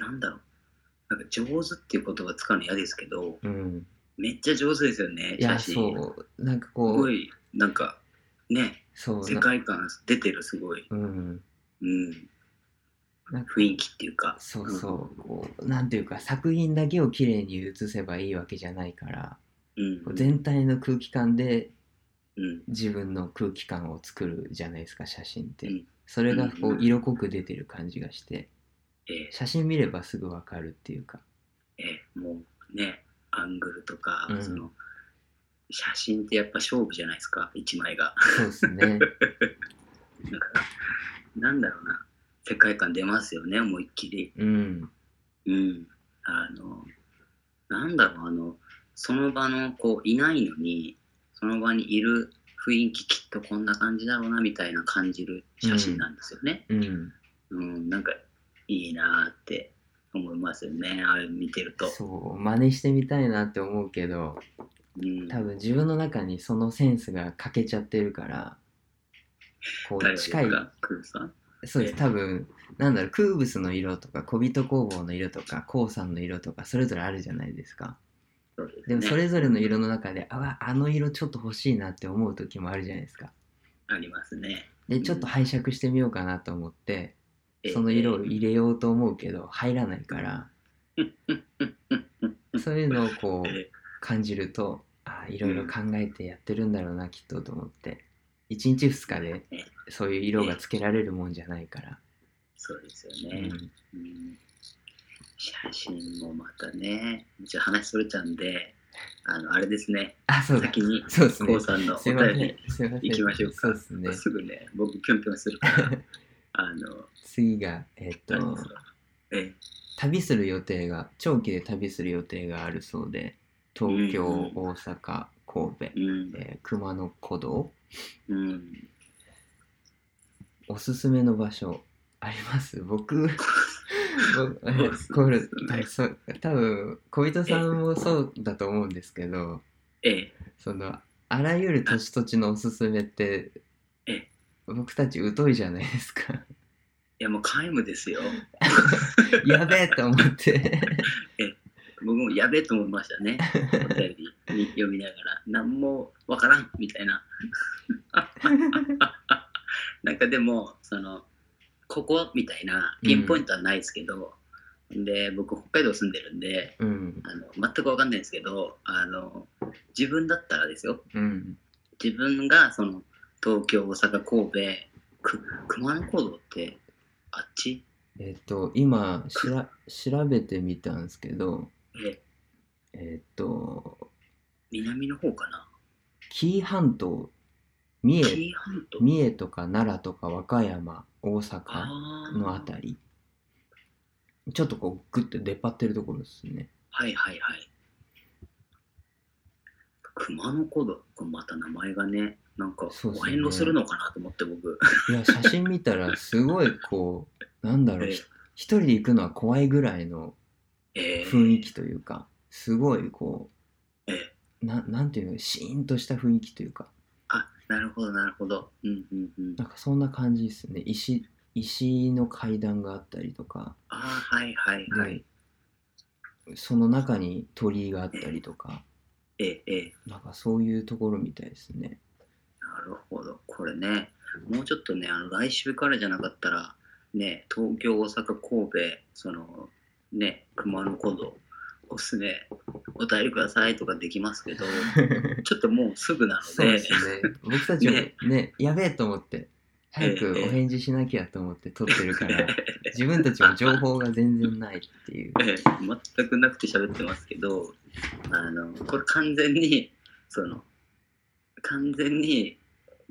Speaker 1: なんだろう。なんか上手っていう言葉使うの嫌ですけど、
Speaker 2: うん。
Speaker 1: めっちゃ上手ですよね、
Speaker 2: い
Speaker 1: 写
Speaker 2: や、
Speaker 1: 真。
Speaker 2: そう、なんか
Speaker 1: す
Speaker 2: こ
Speaker 1: ご
Speaker 2: う、
Speaker 1: い、なんか、ね、
Speaker 2: そう、
Speaker 1: 世界観出てる、すごい。
Speaker 2: うん。
Speaker 1: うん
Speaker 2: なん。
Speaker 1: 雰囲気っていうか。
Speaker 2: そうそう、こう、なんていうか、作品だけを綺麗に映せばいいわけじゃないから、
Speaker 1: うん。
Speaker 2: 全体の空気感で
Speaker 1: うん。
Speaker 2: 自分の空気感を作るじゃないですか写真って、
Speaker 1: うん
Speaker 2: それがこ
Speaker 1: うんう
Speaker 2: うん色濃く出てる感じがして
Speaker 1: ええ
Speaker 2: 写真見ればすぐわかるっていうか
Speaker 1: ええもうね、アングルとか、
Speaker 2: うん
Speaker 1: その、写真ってやっぱ勝負じゃないですか、一枚が。
Speaker 2: そうで すね
Speaker 1: だから、なんだろうな、世界観出ますよね、思いっきり。
Speaker 2: うん
Speaker 1: うん。あの、なんだろう、あの、その場の、こう、いないのに、その場にいる雰囲気、きっとこんな感じだろうな、みたいな感じる写真なんですよね。
Speaker 2: うん
Speaker 1: うん、なんか、いいなーって思いますよね、あれ見てると。
Speaker 2: そう真似してみたいなって思うけど
Speaker 1: うん、
Speaker 2: 多分自分の中にそのセンスが欠けちゃってるからこ
Speaker 1: 誰
Speaker 2: う
Speaker 1: です
Speaker 2: 近い
Speaker 1: か、クーさん。
Speaker 2: そうです多分なんだろう空物の色とか小人工房の色とか鉱山の色とかそれぞれあるじゃないですか
Speaker 1: そうですね
Speaker 2: でもそれぞれの色の中で、あわあの色ちょっと欲しいなって思う時もあるじゃないですか
Speaker 1: ありますね。
Speaker 2: でちょっと拝借してみようかなと思って、その色を入れようと思うけど入らないからそういうのをこ
Speaker 1: え
Speaker 2: う
Speaker 1: え
Speaker 2: 感じるとあいろいろ考えてやってるんだろうなきっとと思って1日2日で
Speaker 1: ええ
Speaker 2: そういう色がつけられるもんじゃないから、
Speaker 1: そうですよ
Speaker 2: う
Speaker 1: ね、
Speaker 2: ん
Speaker 1: うん写真もまたね、じゃあ話それちゃうんで、あのあれですね、
Speaker 2: あそうだ
Speaker 1: 先に
Speaker 2: そうですね
Speaker 1: KOO さんのお
Speaker 2: すいませ
Speaker 1: 便り
Speaker 2: んすいません
Speaker 1: 行きましょうか。
Speaker 2: そうですね
Speaker 1: すぐね、僕ぴょんぴょんする から、あの、
Speaker 2: 次がえっ
Speaker 1: あれ
Speaker 2: と
Speaker 1: ですよえ
Speaker 2: 旅する予定が長期で旅する予定があるそうで東京、
Speaker 1: うんうん
Speaker 2: 大阪神戸、
Speaker 1: うん、
Speaker 2: えー熊野古道
Speaker 1: うん、
Speaker 2: おすすめの場所あります 僕僕え
Speaker 1: おすす
Speaker 2: ー
Speaker 1: め
Speaker 2: これそう多分小人さんもそうだと思うんですけど
Speaker 1: ええ、
Speaker 2: そのあらゆる土地土地のおすすめって
Speaker 1: え
Speaker 2: 僕たち疎いじゃないですか
Speaker 1: いやもう皆無ですよ。
Speaker 2: やべえと思って
Speaker 1: 僕もやべえと思いましたね、お便りに読みながら、何もわからんみたいな。 なんかでもそのここみたいなピンポイントはないですけど、で僕北海道住んでるんで
Speaker 2: うん
Speaker 1: あの全くわかんないですけどあの自分だったらですよ
Speaker 2: うん
Speaker 1: 自分がその東京大阪神戸く熊野古道ってあっち
Speaker 2: えっ、と今しら調べてみたんですけど
Speaker 1: え
Speaker 2: えっ、と
Speaker 1: 南の方かな
Speaker 2: 紀伊半島三重
Speaker 1: 紀伊半島
Speaker 2: 三重とか奈良とか和歌山大阪
Speaker 1: あー
Speaker 2: のあたりちょっとこうグッと出っ張ってるところですね
Speaker 1: はいはいはい。熊野古道、これまた名前がね、なんか
Speaker 2: そうで
Speaker 1: お
Speaker 2: すね
Speaker 1: 遍路するのかなと思って僕、
Speaker 2: いや写真見たらすごいこ うなんだろうひ一人で行くのは怖いぐらいの
Speaker 1: えー
Speaker 2: 雰囲気というかすごいこ
Speaker 1: えー
Speaker 2: うななんていうのシーンとした雰囲気というか
Speaker 1: あ、なるほどなるほど。うんうんうん。
Speaker 2: なんかそんな感じですね石石の階段があったりとか
Speaker 1: あーはいはい
Speaker 2: で、
Speaker 1: はい。
Speaker 2: その中に鳥居があったりとか、
Speaker 1: えーえ
Speaker 2: なんかそういうところみたいです ね。
Speaker 1: ーなるほど。これね、もうちょっとね、あの来週からじゃなかったら、ね、東京、大阪、神戸、その、ね、熊野古道、おすすめ、お便りくださいとかできます けど、ちょっともうすぐなの
Speaker 2: そう
Speaker 1: で、
Speaker 2: ですね。僕たちもね
Speaker 1: ね、
Speaker 2: やべえと思って、早くお返事しなきゃと思って撮ってる から、自分たちも情報が全然ないっていう。
Speaker 1: ええ 全くなくて喋ってますけどあのこれ完全にその完全に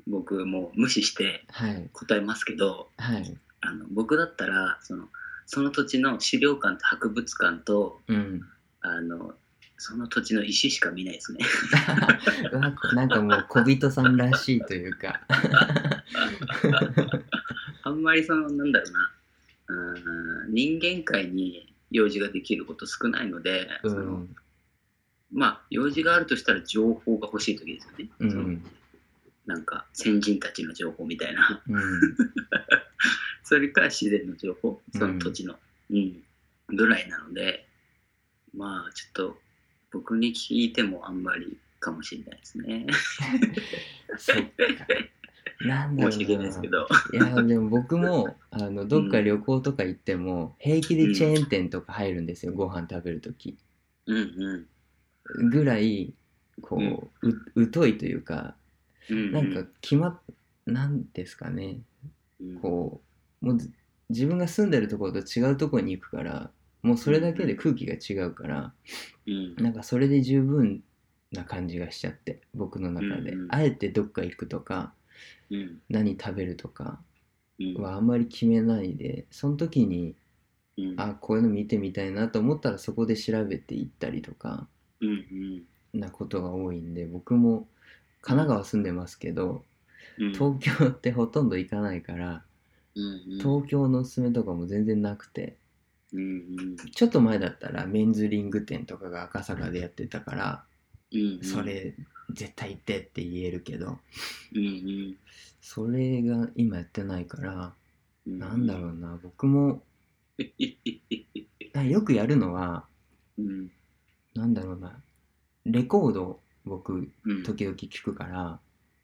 Speaker 1: 僕もう無視して
Speaker 2: はい。
Speaker 1: 答えますけど
Speaker 2: はい。
Speaker 1: あの僕だったらそのその土地の資料館と博物館と
Speaker 2: うん。
Speaker 1: あのその土地の石しか見ないですね。
Speaker 2: うわなんかもう小人さんらしいというか。
Speaker 1: あんまりそのなんだろうなうーん人間界に用事ができること少ないので、
Speaker 2: う
Speaker 1: その
Speaker 2: ん。
Speaker 1: まあ用事があるとしたら情報が欲しい時ですよね。
Speaker 2: う
Speaker 1: その
Speaker 2: ん。
Speaker 1: なんか先人たちの情報みたいな
Speaker 2: うん。
Speaker 1: それから自然の情報
Speaker 2: うん
Speaker 1: その土地の、うんぐらいなのでまあちょっと僕に聞いてもあんまりかもしれないですね
Speaker 2: そっか。なんだろう
Speaker 1: 申し訳ないですけど
Speaker 2: いやでも僕もあのどっか旅行とか行っても平気でチェーン店とか入るんですよ、ご飯食べる時
Speaker 1: うんうん
Speaker 2: ぐらいこう,う、疎いというか
Speaker 1: うん
Speaker 2: なんか決まっなんですかね
Speaker 1: うん
Speaker 2: こうもうず自分が住んでるところと違うところに行くからもうそれだけで空気が違うから
Speaker 1: うん
Speaker 2: なんかそれで十分な感じがしちゃって僕の中で、
Speaker 1: うんうん
Speaker 2: あえてどっか行くとか
Speaker 1: うん
Speaker 2: 何食べるとか
Speaker 1: うん
Speaker 2: はあんまり決めないでその時に
Speaker 1: うん
Speaker 2: あこういうの見てみたいなと思ったらそこで調べていったりとか
Speaker 1: うんうん
Speaker 2: なことが多いんで僕も神奈川住んでますけど
Speaker 1: うん
Speaker 2: 東京ってほとんど行かないから
Speaker 1: うんうん
Speaker 2: 東京のおすすめとかも全然なくて
Speaker 1: うんうん
Speaker 2: ちょっと前だったらメンズリング店とかが赤坂でやってたから
Speaker 1: うん
Speaker 2: それ絶対行ってって言えるけど
Speaker 1: うん
Speaker 2: それが今やってないから
Speaker 1: うん
Speaker 2: なんだろうな僕もあよくやるのは
Speaker 1: うん
Speaker 2: なんだろうなレコードを僕
Speaker 1: うん
Speaker 2: 時々聞くから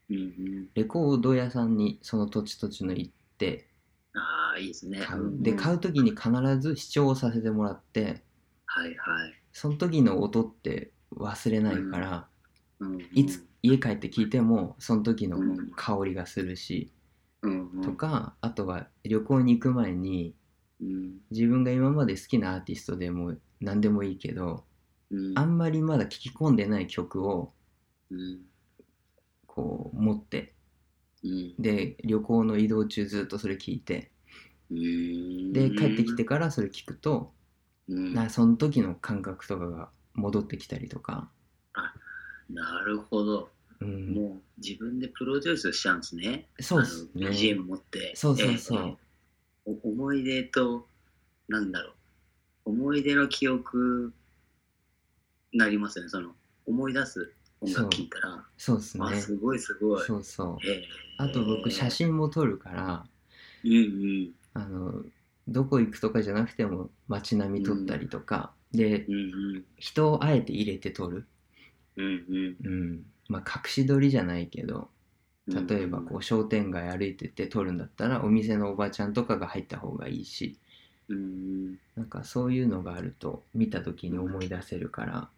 Speaker 1: うんうん
Speaker 2: レコード屋さんにその土地土地の行って
Speaker 1: ああいいですね
Speaker 2: 買うで買
Speaker 1: う
Speaker 2: う時に必ず視聴をさせてもらって
Speaker 1: はいはい
Speaker 2: その時の音って忘れないから
Speaker 1: うんうん
Speaker 2: いつ家帰って聞いてもその時の
Speaker 1: うん
Speaker 2: 香りがするし
Speaker 1: うんうん
Speaker 2: とかあとは旅行に行く前に
Speaker 1: うん
Speaker 2: 自分が今まで好きなアーティストでも何でもいいけど
Speaker 1: うん
Speaker 2: あんまりまだ聴き込んでない曲を
Speaker 1: うん
Speaker 2: こう持って
Speaker 1: うん
Speaker 2: で旅行の移動中ずっとそれ聞いて
Speaker 1: うん
Speaker 2: で帰ってきてからそれ聞くと
Speaker 1: うん
Speaker 2: なその時の感覚とかが戻ってきたりとか、
Speaker 1: なるほど
Speaker 2: うん、
Speaker 1: もう自分でプロデュースしちゃうんですね
Speaker 2: そうです
Speaker 1: あの
Speaker 2: ね
Speaker 1: BGM 持って
Speaker 2: そうそうそう、
Speaker 1: えーお思い出となんだろう思い出の記憶なりますよねその思い出す音楽聴いたら、
Speaker 2: そうですね
Speaker 1: あすごいすごい
Speaker 2: そうそう
Speaker 1: へー
Speaker 2: あと僕写真も撮るから
Speaker 1: うんうん
Speaker 2: あのどこ行くとかじゃなくても街並み撮ったりとか、で
Speaker 1: うんうん
Speaker 2: 人をあえて入れて撮る、
Speaker 1: うんうん
Speaker 2: うんまあ、隠し撮りじゃないけど
Speaker 1: うん
Speaker 2: 例えばこう商店街歩いてて撮るんだったらお店のおばちゃんとかが入った方がいいし
Speaker 1: うん
Speaker 2: なんかそういうのがあると見た時に思い出せるから、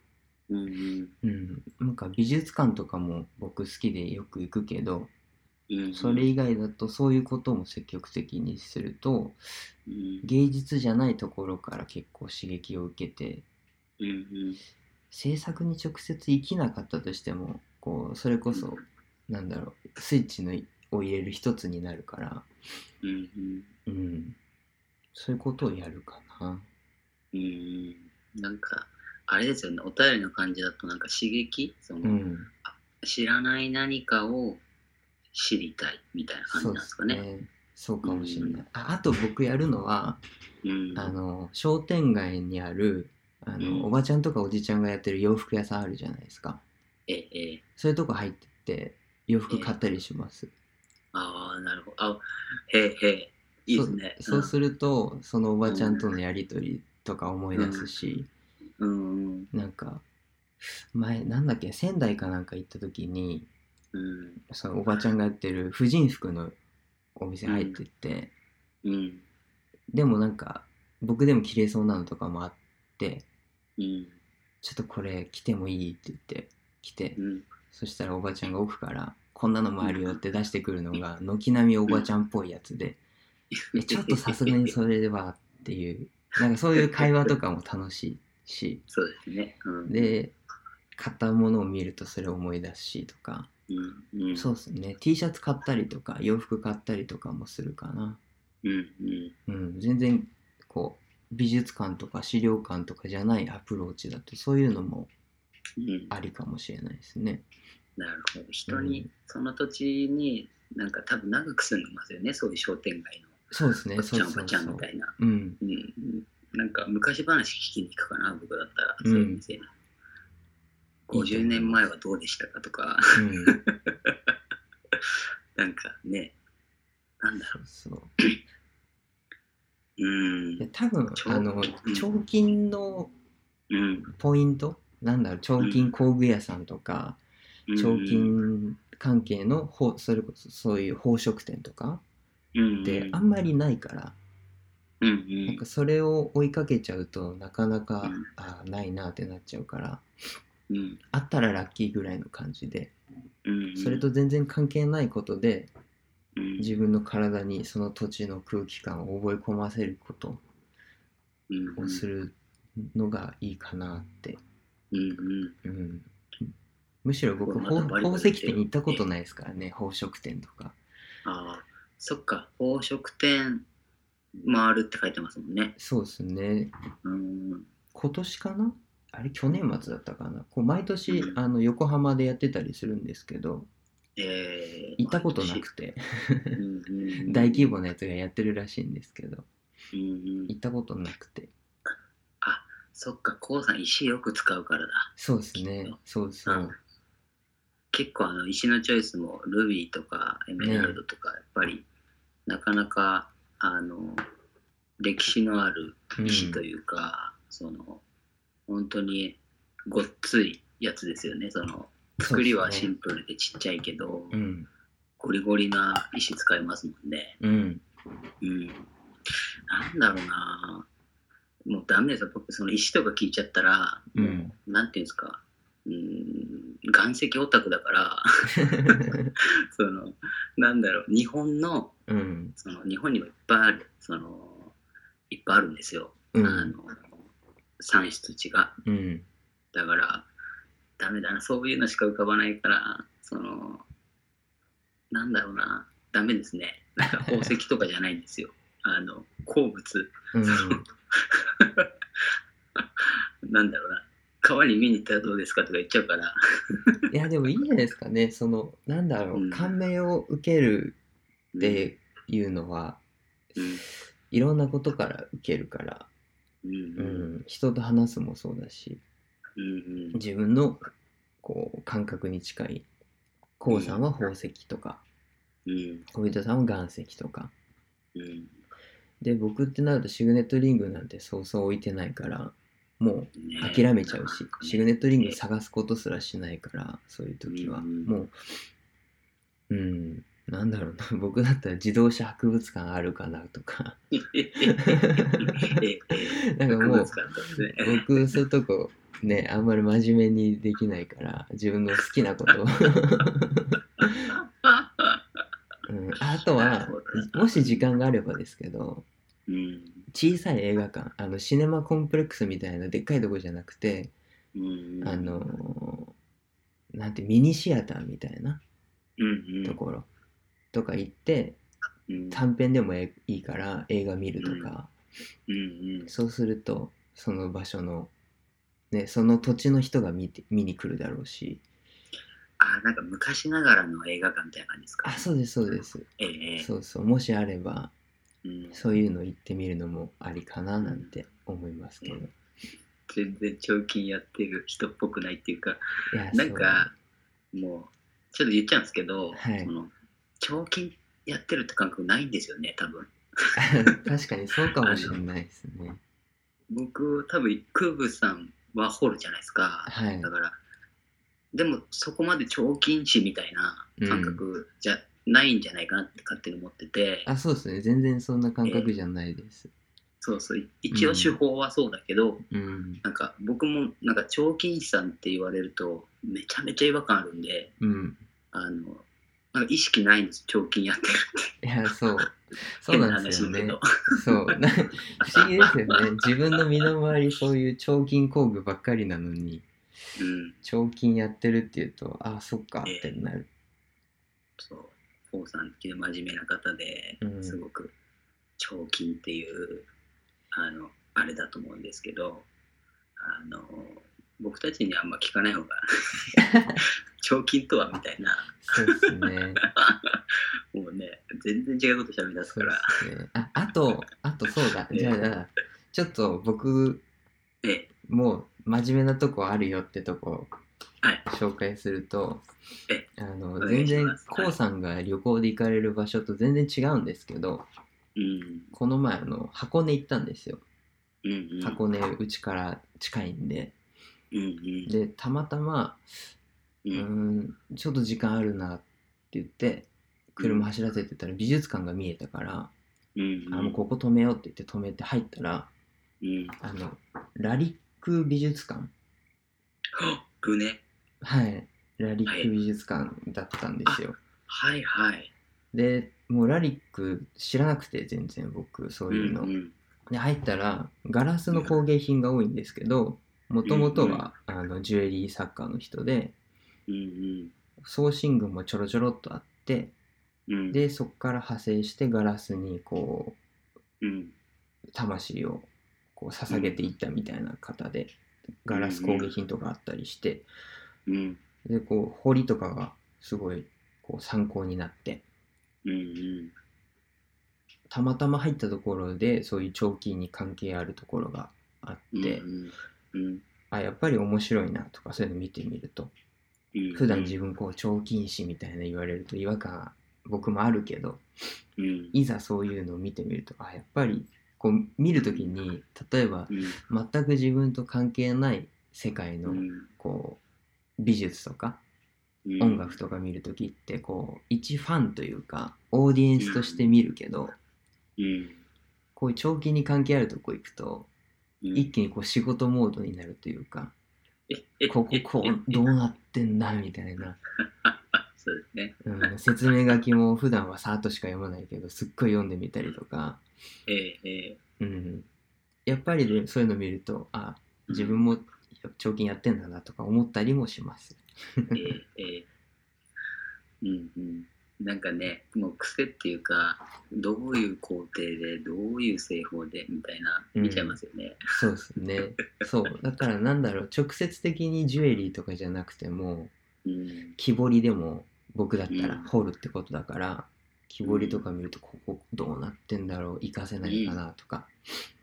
Speaker 1: うんうん
Speaker 2: うん、なんか美術館とかも僕好きでよく行くけど
Speaker 1: うん
Speaker 2: それ以外だとそういうことも積極的にすると
Speaker 1: うん
Speaker 2: 芸術じゃないところから結構刺激を受けて
Speaker 1: うんうん
Speaker 2: 制作に直接生きなかったとしてもこうそれこそなんだろうスイッチのを入れる一つになるから、
Speaker 1: うんうん
Speaker 2: うん、そういうことをやるかな。
Speaker 1: うんなんかあれですよねお便りの感じだとなんか刺激その、
Speaker 2: うん、
Speaker 1: 知らない何かを知りたいみたいな感じ
Speaker 2: そう
Speaker 1: なん
Speaker 2: で
Speaker 1: です
Speaker 2: す
Speaker 1: かね。
Speaker 2: ね。そうかもしれない。ああと僕やるのは
Speaker 1: うん
Speaker 2: あの商店街にあるあの、
Speaker 1: うん
Speaker 2: おばちゃんとかおじちゃんがやってる洋服屋さんあるじゃないですか。
Speaker 1: えええ
Speaker 2: そういうとこ入ってって洋服買ったりします。
Speaker 1: ああなるほどあへえへえいいですね。
Speaker 2: そうそうするとそのおばちゃんとのやり取りとか思い出すし、
Speaker 1: うん
Speaker 2: なんか前なんだっけ仙台かなんか行った時に
Speaker 1: うん
Speaker 2: そのおばちゃんがやってる婦人服のお店入ってって、
Speaker 1: うん
Speaker 2: でもなんか僕でも着れそうなのとかもあって
Speaker 1: うん
Speaker 2: ちょっとこれ着てもいいって言って着て、
Speaker 1: うん
Speaker 2: そしたらおばちゃんが奥からこんなのもあるよって出してくるのが軒並みおばちゃんっぽいやつで、えちょっとさすがにそれではっていうなんかそういう会話とかも楽しいし。
Speaker 1: そうですね。うん、
Speaker 2: で買ったものを見るとそれを思い出すしとか、
Speaker 1: うんうん、
Speaker 2: そうですね T シャツ買ったりとか洋服買ったりとかもするかな、
Speaker 1: うんうん
Speaker 2: うん、全然こう美術館とか資料館とかじゃないアプローチだとそういうのも
Speaker 1: うん
Speaker 2: ありかもしれないですね
Speaker 1: なるほど人に、
Speaker 2: うん
Speaker 1: その土地になんか多分長く住んでますよねそういう商店街の
Speaker 2: そうですね
Speaker 1: おっち
Speaker 2: そう
Speaker 1: ゃんお
Speaker 2: そ
Speaker 1: ば
Speaker 2: う
Speaker 1: ち
Speaker 2: そ
Speaker 1: ゃんみ
Speaker 2: う
Speaker 1: たいな。
Speaker 2: うん
Speaker 1: うんうんなんか昔話聞きに行くかな、僕だったら、
Speaker 2: うん
Speaker 1: そういう店に。
Speaker 2: いいと思います
Speaker 1: 50年前はどうでしたかとか、
Speaker 2: うん
Speaker 1: なんかね、なんだろ
Speaker 2: そうそう
Speaker 1: う。うん
Speaker 2: で。多分
Speaker 1: ちょ
Speaker 2: あの
Speaker 1: うん
Speaker 2: 彫金の
Speaker 1: うん。
Speaker 2: ポイントなんだろう彫金工具屋さんとか、
Speaker 1: うん
Speaker 2: 彫。金関係のほそれこそそういう宝飾店とか
Speaker 1: うん。
Speaker 2: ってあんまりないから、
Speaker 1: うんう
Speaker 2: なん
Speaker 1: ん
Speaker 2: か。それを追いかけちゃうとなかなか、
Speaker 1: うん
Speaker 2: あないなってなっちゃうから
Speaker 1: うん。
Speaker 2: あったらラッキーぐらいの感じで
Speaker 1: うんうん
Speaker 2: それと、全然関係ないことで
Speaker 1: うん
Speaker 2: 自分の体にその土地の空気感を覚え込ませること
Speaker 1: うんう
Speaker 2: を
Speaker 1: ん
Speaker 2: するのがいいかなって、
Speaker 1: うんうん
Speaker 2: うん、むしろ僕
Speaker 1: これまた
Speaker 2: 宝
Speaker 1: バリバリ
Speaker 2: 宝石店行ったことないですからね宝飾店とか
Speaker 1: ああ、そっか、宝飾店回るって書いてますもんね。
Speaker 2: そうですね
Speaker 1: うん。
Speaker 2: 今年かなあれ去年末だったかなこう毎年
Speaker 1: うん
Speaker 2: あの横浜でやってたりするんですけど
Speaker 1: えー、
Speaker 2: 行ったことなくて
Speaker 1: 毎年うんうんうん
Speaker 2: 大規模なやつがやってるらしいんですけど
Speaker 1: うんうん
Speaker 2: 行ったことなくて
Speaker 1: そっか、こうさん石よく使うからだ。
Speaker 2: そうですねそうそう
Speaker 1: 結構あの石のチョイスもルビーとかエメラルドとかやっぱり、なかなかあの歴史のある
Speaker 2: うん
Speaker 1: 石というか、その本当にごっついやつですよねその作りはシンプルでちっちゃいけど、
Speaker 2: うん
Speaker 1: ゴリゴリな石使いますもんね
Speaker 2: うん
Speaker 1: うんなんだろうなもうダメですよ僕その石とか聞いちゃったら、
Speaker 2: う
Speaker 1: も
Speaker 2: ん
Speaker 1: うなんていうんですかうん岩石オタクだ からそのなんだろう日本の
Speaker 2: うん
Speaker 1: その日本にもいっぱいあるそのいっぱいあるんですよ、
Speaker 2: う
Speaker 1: あ
Speaker 2: ん
Speaker 1: の産出地が
Speaker 2: うん
Speaker 1: だからダメだなそういうのしか浮かばないからそのなんだろうなダメですねなんか宝石とかじゃないんですよ あの鉱物
Speaker 2: うん
Speaker 1: なんだろうな川に見に行ったらどうですかとか言っちゃうから
Speaker 2: いやでもいいんじゃないですかねそのなんだろ
Speaker 1: う
Speaker 2: うん感銘を受けるっていうのは
Speaker 1: うん
Speaker 2: いろんなことから受けるから、
Speaker 1: うんう
Speaker 2: う
Speaker 1: ん
Speaker 2: ん、人と話すもそうだし
Speaker 1: うん
Speaker 2: 自分のこう感覚に近いこうさんは宝石とか
Speaker 1: うん
Speaker 2: 小人さんは岩石とか
Speaker 1: うん
Speaker 2: で僕ってなるとシグネットリングなんてそうそう置いてないからもう
Speaker 1: ね
Speaker 2: 諦めちゃうし
Speaker 1: なんかね
Speaker 2: シグネットリング探すことすらしないからそういう時は
Speaker 1: うん
Speaker 2: もううんなんだろうな 僕だったら自動車博物館あるかなとか なんかもう僕そういうとこねあんまり真面目にできないから自分の好き なことを、うん、あとはもし時間があればですけど
Speaker 1: うん
Speaker 2: 小さい映画館あのシネマコンプレックスみたいなでっかいとこじゃなくて
Speaker 1: うん
Speaker 2: あのーなんてミニシアターみたいな
Speaker 1: うん
Speaker 2: ところとか行って
Speaker 1: うん
Speaker 2: 短編でもえいいから映画見るとか、
Speaker 1: うんうん
Speaker 2: そうするとその場所の、ね、その土地の人が見て見に来るだろうし
Speaker 1: あなんか昔ながらの映画館みたいな感じですか
Speaker 2: あそうですそうです、
Speaker 1: ええ
Speaker 2: そうそうもしあれば
Speaker 1: うん
Speaker 2: そういうの行ってみるのもありかななんて思いますけど、
Speaker 1: うん全然彫金やってる人っぽくないっていうか
Speaker 2: いや
Speaker 1: なんかもうちょっと言っちゃうんですけど、
Speaker 2: はい
Speaker 1: その彫金やってるって感覚ないんですよね多分
Speaker 2: そう 確かにそうかもしれないですね
Speaker 1: 僕多分クーブさんは掘るじゃないですか、
Speaker 2: はい
Speaker 1: だからでもそこまで長金師みたいな感覚じゃないんじゃないかなって勝手に思ってて、
Speaker 2: あそうですね全然そんな感覚じゃないです、
Speaker 1: そうそうい一応手法はそうだけど、
Speaker 2: うん
Speaker 1: なんか僕もなんか長金師さんって言われるとめちゃめちゃ違和感あるんで
Speaker 2: うん
Speaker 1: あのなんか意識ないんです長金やってる
Speaker 2: いや そうそう
Speaker 1: 変な
Speaker 2: なんです
Speaker 1: 話
Speaker 2: よ
Speaker 1: だけ
Speaker 2: ね
Speaker 1: ど、
Speaker 2: そうな 不思議ですよね自分の身の回りそういう彫金工具ばっかりなのに
Speaker 1: うん
Speaker 2: 彫金やってるっていうとあそっかってなる、
Speaker 1: そうこうさんっていう真面目な方で
Speaker 2: うん
Speaker 1: すごく彫金っていうあのあれだと思うんですけどあの僕たちにあんま聞かない方が彫金とはみたいな
Speaker 2: そ うですね
Speaker 1: もうね全然違うこと喋り出す
Speaker 2: そ
Speaker 1: か
Speaker 2: う
Speaker 1: ら
Speaker 2: ですねああとあとそうだ
Speaker 1: ええ
Speaker 2: じゃあじゃあちょっと僕
Speaker 1: ええ
Speaker 2: もう真面目なとこあるよってとこ
Speaker 1: はい
Speaker 2: 紹介すると
Speaker 1: え
Speaker 2: あの
Speaker 1: 願
Speaker 2: 全
Speaker 1: いし
Speaker 2: 然
Speaker 1: ます
Speaker 2: こうさんが旅行で行かれる場所と全然違うんですけど
Speaker 1: うん
Speaker 2: この前あの箱根行ったんですよ
Speaker 1: うんうん
Speaker 2: 箱根うちから近いんで、
Speaker 1: うん
Speaker 2: でたまたま
Speaker 1: う
Speaker 2: うー
Speaker 1: ん
Speaker 2: んちょっと時間あるなって言って車走らせてたら美術館が見えたから、
Speaker 1: うんうん
Speaker 2: あもうここ止めようって言って止めて入ったら
Speaker 1: うん
Speaker 2: あのラリック美術館
Speaker 1: はっ僕ね
Speaker 2: はいラリック美術館だったんですよ。
Speaker 1: はいはい。
Speaker 2: でもうラリック知らなくて全然僕そういうの。
Speaker 1: ん
Speaker 2: で入ったらガラスの工芸品が多いんですけどもともとはあのジュエリー作家の人で
Speaker 1: うん
Speaker 2: 送信群もちょろちょろっとあって
Speaker 1: うんうん。、
Speaker 2: でそこから派生してガラスにこ
Speaker 1: うん
Speaker 2: う魂をこう捧げていったみたいな方でガラス工芸品とかあったりして
Speaker 1: うん
Speaker 2: でこう堀とかがすごいこう参考になって
Speaker 1: うんうん。
Speaker 2: たまたま入ったところでそういう長期に関係あるところがあって、
Speaker 1: うんうん
Speaker 2: あやっぱり面白いなとかそういうの見てみると
Speaker 1: うん、
Speaker 2: 普段自分こう長期師みたいな言われると違和感僕もあるけど
Speaker 1: 分、うん
Speaker 2: いざそういうのを見てみるとあやっぱりこう見るときに例えば
Speaker 1: うん
Speaker 2: 全く自分と関係ない世界
Speaker 1: う
Speaker 2: の
Speaker 1: ん
Speaker 2: こう美術とか
Speaker 1: うん、
Speaker 2: 音楽とか見るときってこう一ファンというかオーディエンスとして見るけど
Speaker 1: うん
Speaker 2: こういう長期に関係あるとこ行くと
Speaker 1: うん、
Speaker 2: 一気にこう仕事モードになるというか
Speaker 1: え
Speaker 2: こここうどうなってんだみたいな
Speaker 1: そうですね。
Speaker 2: うん、説明書きも普段はさーっとしか読まないけどすっごい読んでみたりとか、
Speaker 1: ええええ
Speaker 2: うん、やっぱりねそういうの見るとあ自分も彫金やってんだなとか思ったりもします。
Speaker 1: ええええ うんうん。なんかね、もう癖っていうか、どういう工程で、どういう製法でみたいな、
Speaker 2: うん
Speaker 1: 見ちゃいますよね。
Speaker 2: そうですね。そうだからなんだろう直接的にジュエリーとかじゃなくても
Speaker 1: うん。
Speaker 2: 木彫りでも僕だったら
Speaker 1: うん
Speaker 2: 掘るってことだから、木彫りとか見るとここどうなってんだろう活かせないかなとか、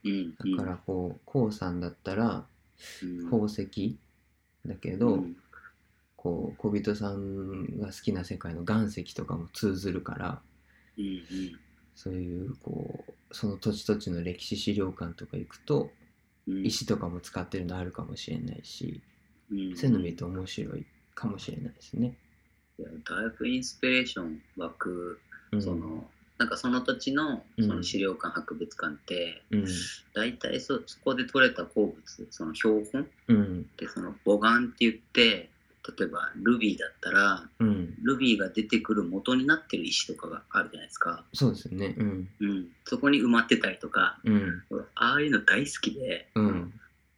Speaker 1: うん。うん
Speaker 2: だから、こうこうさんだったら
Speaker 1: うん、
Speaker 2: 宝石だけど、こう小人さんが好きな世界の岩石とかも通ずるから
Speaker 1: うんうん
Speaker 2: そういうこうその土地土地の歴史資料館とか行くと
Speaker 1: うん、
Speaker 2: 石とかも使ってるのあるかもしれないし、
Speaker 1: うん
Speaker 2: そういうの見ると面白いかもしれないですね。
Speaker 1: いやだいぶインスピレーション湧く、
Speaker 2: うん、
Speaker 1: そのなんかその土地の
Speaker 2: うん
Speaker 1: その資料館、博物館って
Speaker 2: うん
Speaker 1: 大体そそこで取れた鉱物その標本っ
Speaker 2: うん
Speaker 1: てその母岩って言って例えばルビーだったら
Speaker 2: うん
Speaker 1: ルビーが出てくる元になってる石とかがあるじゃないですか、
Speaker 2: そうですよね。うん
Speaker 1: うん、そこに埋まってたりとか
Speaker 2: うん
Speaker 1: ああいうの大好きで、
Speaker 2: うん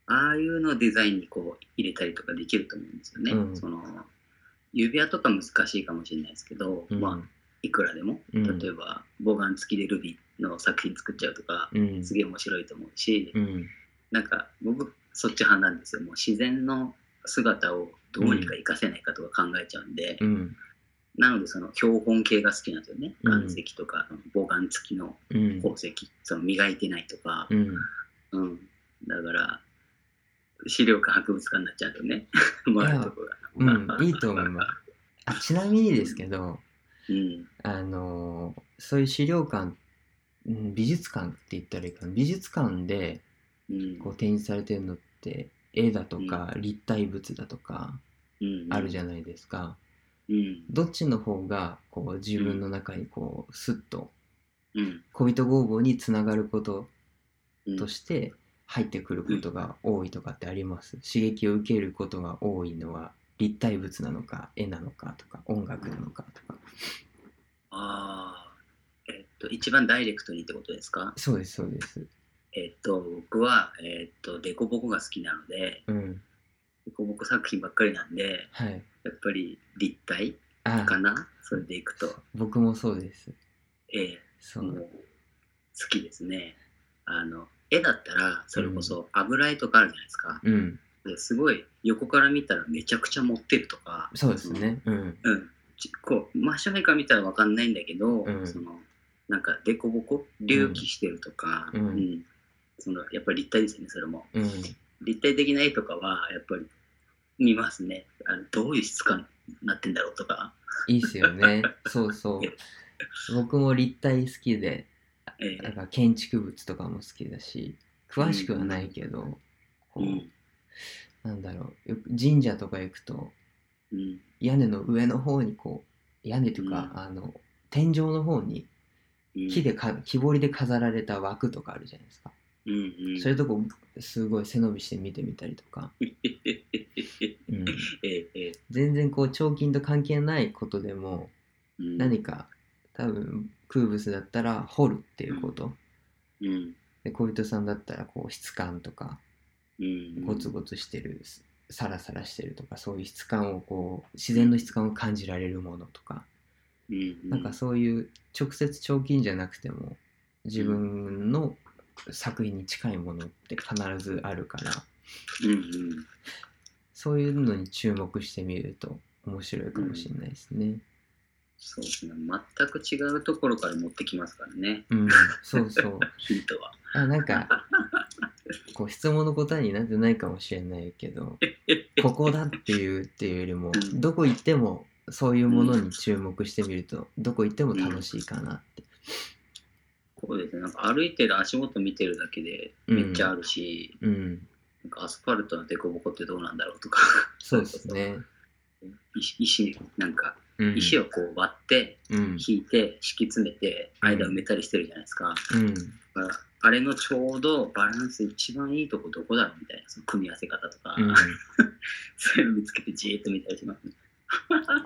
Speaker 1: ああいうのをデザインにこう入れたりとかできると思うんですよね、
Speaker 2: うん
Speaker 1: その指輪とか難しいかもしれないですけど、
Speaker 2: うん
Speaker 1: まあいくらでも、
Speaker 2: うん
Speaker 1: 例えば母眼付きでルビーの作品作っちゃうとか、
Speaker 2: うん
Speaker 1: すげえ面白いと思うし、
Speaker 2: うん
Speaker 1: なんか僕そっち派なんですよもう自然の姿をどうにか活かせないかとか考えちゃうんで、
Speaker 2: うん
Speaker 1: なのでその標本系が好きなんですよね
Speaker 2: うん
Speaker 1: 岩石とか母眼付きの
Speaker 2: うん
Speaker 1: 宝石、その磨いてないとか、
Speaker 2: うん
Speaker 1: うんだから資料館博物館になっちゃうとね 回るとこが
Speaker 2: うんいいと思います。あちなみにですけど、
Speaker 1: うん
Speaker 2: あのーそういう資料館うん美術館って言ったらいいかな美術館で
Speaker 1: うん
Speaker 2: こう展示されてるのって絵だとか立体物だとか
Speaker 1: うん
Speaker 2: あるじゃないですか、
Speaker 1: うん
Speaker 2: どっちの方がこう自分の中にこうスッと
Speaker 1: うん
Speaker 2: 小人工房につながること
Speaker 1: うん
Speaker 2: として入ってくることが多いとかってあります刺激を受けることが多いのは立体物なのか絵なのかとか音楽なのかとか
Speaker 1: ああ、えっと、一番ダイレクトにってことですか
Speaker 2: そうですそうです
Speaker 1: えっと、僕は、えっと、デコボコが好きなので、
Speaker 2: うん
Speaker 1: デコボコ作品ばっかりなんで、
Speaker 2: はい
Speaker 1: やっぱり立体
Speaker 2: あ
Speaker 1: かなそれでいくと。
Speaker 2: 僕もそうです。
Speaker 1: え
Speaker 2: そ
Speaker 1: えもう
Speaker 2: う。
Speaker 1: 好きですね。あの、絵だったら、それこそ油絵とかあるじゃないですか。
Speaker 2: うん。
Speaker 1: ですごい、横から見たらめちゃくちゃ持ってるとか、
Speaker 2: そうですね。うん。
Speaker 1: うん、ちこう真正面から見たら分かんないんだけど、
Speaker 2: うん
Speaker 1: そのなんか凸凹隆起してるとか、
Speaker 2: うん
Speaker 1: そのやっぱり立体ですよねそれも
Speaker 2: うん。
Speaker 1: 立体的な絵とかはやっぱり見ますねあのどういう質感になってんだろうとか、
Speaker 2: いいっすよね。そうそう。僕も立体好きで、
Speaker 1: えー
Speaker 2: なんか建築物とかも好きだし、詳しくはないけど、こ
Speaker 1: う
Speaker 2: うんなんだろう。よく神社とか行くと、
Speaker 1: うん
Speaker 2: 屋根の上の方にこう、屋根とか、
Speaker 1: うん
Speaker 2: あの、天井の方に
Speaker 1: うん
Speaker 2: 木でか木彫りで飾られた枠とかあるじゃないですか。
Speaker 1: うんうん。
Speaker 2: そういうとこすごい背伸びして見てみたりとか、うん、
Speaker 1: えええ
Speaker 2: 全然こう彫金と関係ないことでも
Speaker 1: うん
Speaker 2: 何か多分空物だったら掘るっていうこと
Speaker 1: うん
Speaker 2: で小人さんだったらこう質感とか
Speaker 1: うん。
Speaker 2: ゴツゴツしてるサラサラしてるとかそういう質感をこう自然の質感を感じられるものとか
Speaker 1: うんうん。
Speaker 2: なんかそういう直接彫金じゃなくても自分の作品に近いものって必ずあるから
Speaker 1: うんうん。
Speaker 2: そういうのに注目してみると面白いかもしれないですね。
Speaker 1: そうですね。全く違うところから持ってきますからね。
Speaker 2: うん、そうそう。
Speaker 1: ヒントは。
Speaker 2: あな んかこう質問の答えになってないかもしれない けどここだっていうっていうよりも
Speaker 1: うん
Speaker 2: どこ行ってもそういうものに注目してみるとどこ行っても楽しいかなって。
Speaker 1: そうですね。なんか歩いてる足元見てるだけで
Speaker 2: うん
Speaker 1: めっちゃあるし、
Speaker 2: うん、
Speaker 1: なんかアスファルトの凸凹ってどうなんだろうとか、
Speaker 2: そうですね。
Speaker 1: 石石なんか
Speaker 2: うん、
Speaker 1: 石をこう割って、
Speaker 2: うん、
Speaker 1: 引いて、敷き詰めて、間埋めたりしてるじゃないですか。
Speaker 2: うん、
Speaker 1: だからあれのちょうどバランス一番いいとこどこだろうみたいな、その組み合わせ方とか、そういうの見つけてじーっと見たりしますね。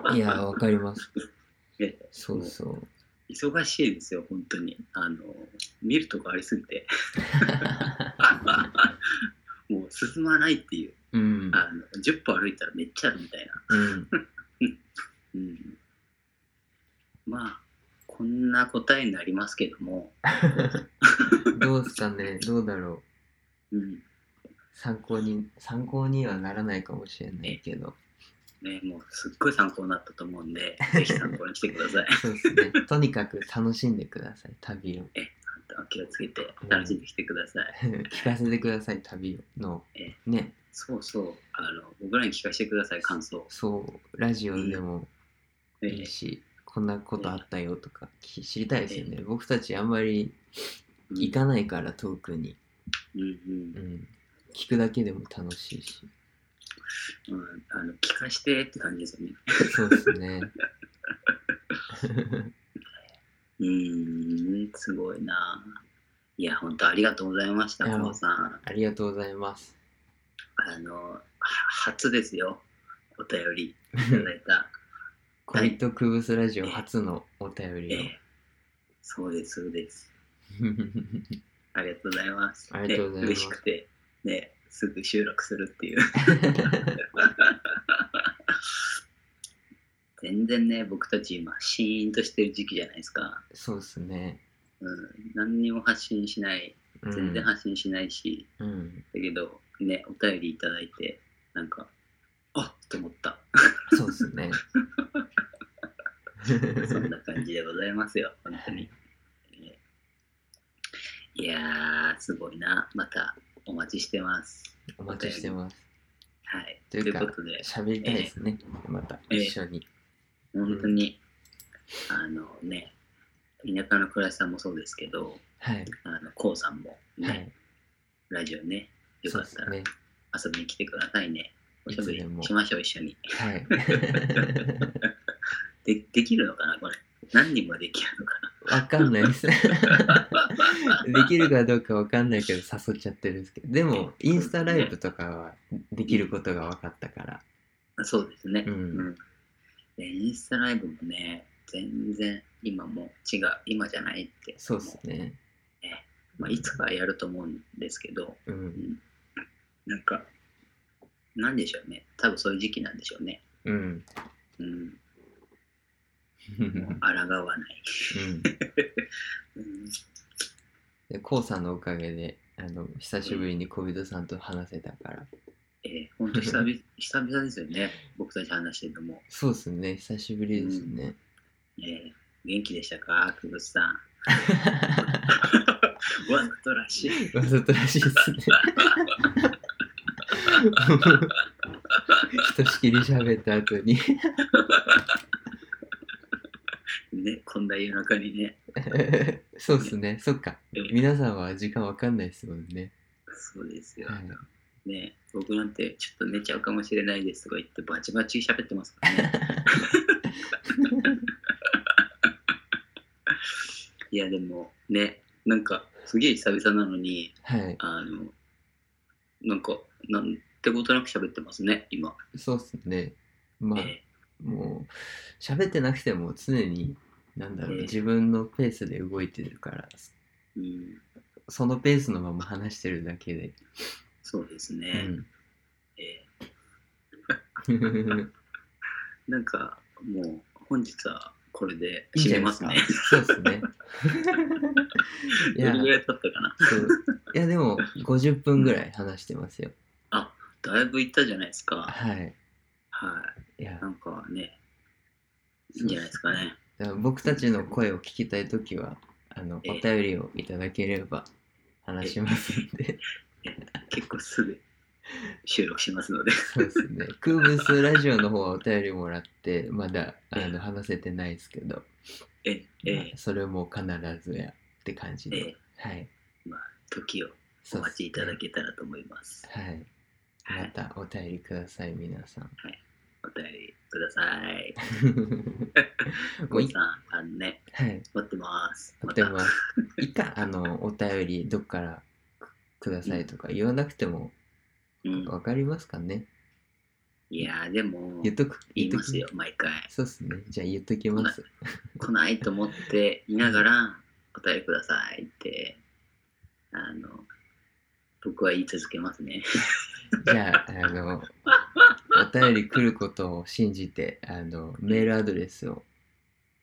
Speaker 2: うん、いやわかります
Speaker 1: え。
Speaker 2: そうそう。
Speaker 1: 忙しいですよ、本当に。あの、見るとこありすぎて、もう進まないっていう。
Speaker 2: うん、
Speaker 1: あの10歩歩いたらめっちゃあるみたいな。
Speaker 2: うん、
Speaker 1: うん、まあ、こんな答えになりますけども、
Speaker 2: どうですかねどうだろう
Speaker 1: うん、
Speaker 2: 参考に参考にはならないかもしれないけど
Speaker 1: ね、もうすっごい参考になったと思うんで、ぜひ参考にしてください。
Speaker 2: そうですねとにかく楽しんでください旅を
Speaker 1: 気をつけて楽しんできてください。
Speaker 2: 聞かせてください旅の
Speaker 1: え
Speaker 2: ね
Speaker 1: そうそう、あの僕らに聞かせてください、感想。
Speaker 2: そうラジオでも
Speaker 1: え
Speaker 2: いいし、こんなことあったよとか聞知りたいですよね、僕たちあんまり
Speaker 1: うん
Speaker 2: 行かないから遠くに、
Speaker 1: うん
Speaker 2: うん聞くだけでも楽しいし
Speaker 1: うんうん、あの聞かしてって感じですよね。
Speaker 2: そうで すね
Speaker 1: うーん、すごいな。いや、本当ありがとうございました、
Speaker 2: いや
Speaker 1: 久保さん。
Speaker 2: ありがとうございます
Speaker 1: あの、は初ですよ、お便りいただい た。
Speaker 2: コイトクブスラジオ初のお便
Speaker 1: え
Speaker 2: りを
Speaker 1: えそうです、そうです。ありがとうございます。
Speaker 2: ありがとうございま
Speaker 1: ね嬉
Speaker 2: す
Speaker 1: しくて、ね、すぐ収録するって いう。全然ね、僕たち今、シーンとしてる時期じゃないですか。
Speaker 2: そうですね
Speaker 1: うん、何にも発信しない、
Speaker 2: うん
Speaker 1: 全然発信しないし、
Speaker 2: うん、
Speaker 1: だけど、ね、お便りいただいて、なんか、あっと思った。
Speaker 2: そうですね。
Speaker 1: そんな感じでございますよ、本当に。えーいやー、すごいな。またお待ちしてます。
Speaker 2: お待ちしてます。
Speaker 1: はい。と
Speaker 2: とい
Speaker 1: いうう
Speaker 2: か
Speaker 1: ことで、
Speaker 2: 喋りたいですね。また
Speaker 1: ええ
Speaker 2: 一緒に。
Speaker 1: 本当に、あのね、田舎の暮らしさんもそうですけど、
Speaker 2: はい。
Speaker 1: あの、こうさんもね、
Speaker 2: はい。
Speaker 1: ラジオね、よ
Speaker 2: そ
Speaker 1: かっ
Speaker 2: うです
Speaker 1: たら
Speaker 2: ね。
Speaker 1: 遊びに来てくださいね。おしゃべ
Speaker 2: いつでも
Speaker 1: りしましょう、一緒に。
Speaker 2: はい。
Speaker 1: でできるのかな、これ。何人もできるの かな。
Speaker 2: わかんないです。で きるかどうかわかんないけど誘っちゃってるんですけど、でもインスタライブとかはできることが分かったから。
Speaker 1: そうですね。
Speaker 2: うん
Speaker 1: でインスタライブもね、全然今も違う、今じゃないって。
Speaker 2: そうですね。
Speaker 1: まあ、いつかはやると思うんですけど、
Speaker 2: うん。
Speaker 1: なんか、なんでしょうね。多分そういう時期なんでしょうね。
Speaker 2: うん。
Speaker 1: うん。
Speaker 2: う。
Speaker 1: もうん抗わない。うん
Speaker 2: で、こうさんのおかげで、あの、久しぶりに小人さんと話せたから。
Speaker 1: えー、本当 久々久々ですよね。僕たち話してるのも。
Speaker 2: そうですね。久しぶりですね。
Speaker 1: えー元気でしたか、久保 さん。わざとらしい。
Speaker 2: わざとらしいです ね。ひとしきり喋った後に
Speaker 1: ね、こんな夜中にね。
Speaker 2: そうですねそっか
Speaker 1: ええ
Speaker 2: 皆さんは時間わかんないですもんね、
Speaker 1: そうですよ。
Speaker 2: はい、
Speaker 1: ね、僕なんてちょっと寝ちゃうかもしれないですとか言ってバチバチ喋ってますから ね。いやでもね、なんか、すげえ久々なのに、
Speaker 2: はい。
Speaker 1: あの、なんか、なんてことなく喋ってますね、今。
Speaker 2: そうっすね。まあ、
Speaker 1: え
Speaker 2: もう、喋ってなくても常に、なんだろ
Speaker 1: う
Speaker 2: う、
Speaker 1: ん
Speaker 2: 自分のペースで動いてるから、
Speaker 1: ーうん、
Speaker 2: そのペースのまま話してるだけで。
Speaker 1: そうですね。
Speaker 2: うん。
Speaker 1: えーなんか、もう、本日はこれで
Speaker 2: い
Speaker 1: 締
Speaker 2: いんじゃ
Speaker 1: め
Speaker 2: ない
Speaker 1: ま
Speaker 2: です
Speaker 1: すね。。
Speaker 2: か そうっ すね。
Speaker 1: ど
Speaker 2: い
Speaker 1: れ
Speaker 2: や、
Speaker 1: ぐらい経ったかな
Speaker 2: そういやでも、50分ぐらい話してますよ。
Speaker 1: だいぶいったじゃないですか。
Speaker 2: はい。
Speaker 1: はい
Speaker 2: や
Speaker 1: い。なんかね、いいんじゃないですかね。
Speaker 2: だから僕たちの声を聞きたいときはあの
Speaker 1: え
Speaker 2: お
Speaker 1: え
Speaker 2: 便りをいただければ話しますんで
Speaker 1: 結構すぐ収録しますので。
Speaker 2: そうですねクーブスラジオの方はお便りもらってまだあ
Speaker 1: ええ
Speaker 2: の話せてないですけど、
Speaker 1: え、
Speaker 2: ま
Speaker 1: え
Speaker 2: あ、それも必ずやって感じで、
Speaker 1: え
Speaker 2: はい
Speaker 1: 時をお
Speaker 2: そうっ
Speaker 1: 待
Speaker 2: す
Speaker 1: ち
Speaker 2: ね
Speaker 1: いただけたらと思います。
Speaker 2: はい
Speaker 1: は
Speaker 2: ま
Speaker 1: い、
Speaker 2: たお便りください皆 さん
Speaker 1: お便りください。
Speaker 2: も
Speaker 1: ご
Speaker 2: う
Speaker 1: い
Speaker 2: い
Speaker 1: さん、あのね、
Speaker 2: はい
Speaker 1: 待ってます。
Speaker 2: 例え
Speaker 1: ま
Speaker 2: ばいいかあのお便りどっからくくださいとか言わなくても
Speaker 1: たうん、
Speaker 2: わかりますかね、
Speaker 1: いやー、でも、
Speaker 2: 言っとく
Speaker 1: 言
Speaker 2: っ
Speaker 1: い
Speaker 2: と
Speaker 1: ま
Speaker 2: く
Speaker 1: すよ、毎回。
Speaker 2: そうっすね。じゃあ言っと きます。
Speaker 1: 来ないと思っていながら、お便りくださいって、あの、僕は言い続けますね。
Speaker 2: じゃあ、あの、お便り来ることを信じて、あの、メールアドレスを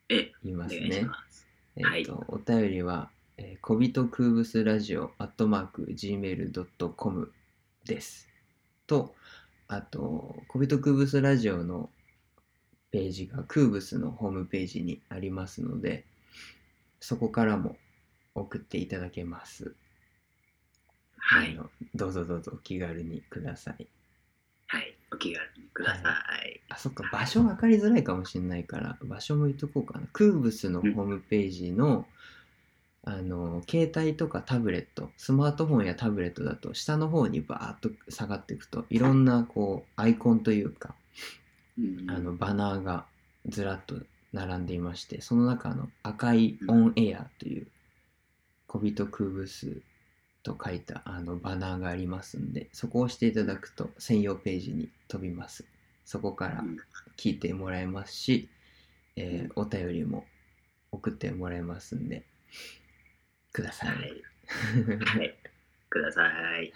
Speaker 1: え、
Speaker 2: 言い
Speaker 1: お
Speaker 2: ます
Speaker 1: 願いし
Speaker 2: ね。
Speaker 1: ます。
Speaker 2: えっ、
Speaker 1: 願いします
Speaker 2: と、お便りは、えー、小人クーブスラジオ、アットマーク、gmail.com です。と、あと、小人クーブスラジオのページが、クーブスのホームページにありますので、そこからも送っていただけます。
Speaker 1: は
Speaker 2: あ
Speaker 1: い。
Speaker 2: のどうぞどうぞお気軽にください。
Speaker 1: はい。お気軽にください。
Speaker 2: あ、そっか、場所分かりづらいかもしれないから、場所も言っとこうかな。クーブスのホ
Speaker 1: うん
Speaker 2: ームページの、あの、携帯とかタブレット、スマートフォンやタブレットだと、下の方にバーッと下がっていくと、いろんな、こう、アイコンというか、
Speaker 1: うん
Speaker 2: あの、バナーがずらっと並んでいまして、その中の赤いオンエアという、小人クーブスと書いたあのバナーがありますんで、そこを押していただくと専用ページに飛びます。そこから
Speaker 1: うん
Speaker 2: 聞いてもらえますし、えー
Speaker 1: うん
Speaker 2: お便りも送ってもらえますんで、くださ。
Speaker 1: はいい。 はい。ください。
Speaker 2: はい。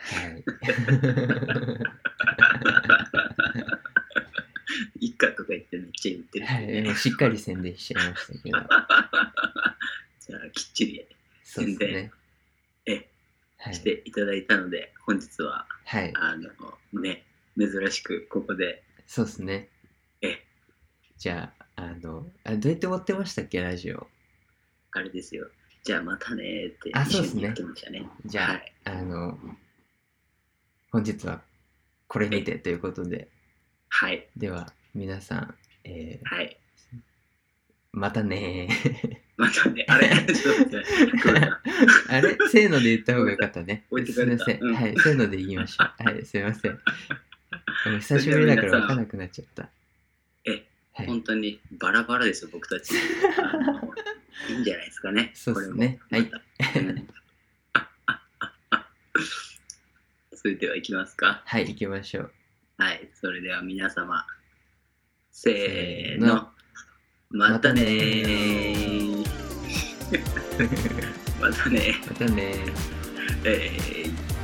Speaker 1: いっかとか言ってめっちゃ言ってる、
Speaker 2: はい、もうしっかり宣伝しちゃいましたけど、
Speaker 1: じゃあ、きっちり
Speaker 2: そうですね。
Speaker 1: え
Speaker 2: は
Speaker 1: し
Speaker 2: い。
Speaker 1: ていただいたので、本日は、
Speaker 2: はい。
Speaker 1: あの、ね、珍しくここで、
Speaker 2: そうですね。
Speaker 1: え、
Speaker 2: じゃあ、あの、あどうやって終わってましたっけ、ラジオ。
Speaker 1: あれですよ。じゃあ、またねーって
Speaker 2: あ
Speaker 1: 一
Speaker 2: そう
Speaker 1: 緒
Speaker 2: ですね
Speaker 1: に言ってましたね。
Speaker 2: じゃあ、
Speaker 1: はい
Speaker 2: あの、本日はこれにてということで、
Speaker 1: はい。
Speaker 2: では、皆さん、えー
Speaker 1: はい。
Speaker 2: またねー。
Speaker 1: またね、 あれちょっと待ってごめんな
Speaker 2: あれせーので言った方がよかったね。
Speaker 1: 置いて
Speaker 2: す
Speaker 1: か
Speaker 2: い
Speaker 1: れ
Speaker 2: ま
Speaker 1: た
Speaker 2: せん。
Speaker 1: うん
Speaker 2: はい、せーので言いましょ う。はい、すいません。あの久しぶりだから分からなくなっちゃった。
Speaker 1: え、
Speaker 2: はい。
Speaker 1: 本当にバラバラですよ、僕たち。あのいいんじゃないですかね。
Speaker 2: そうですね
Speaker 1: これもまたうんああああそれでは行きますか。
Speaker 2: はい、行きましょう。
Speaker 1: はい。それでは皆様、せー
Speaker 2: せー
Speaker 1: の
Speaker 2: の。
Speaker 1: またねー。 またね
Speaker 2: またね
Speaker 1: ー。
Speaker 2: ー。
Speaker 1: えー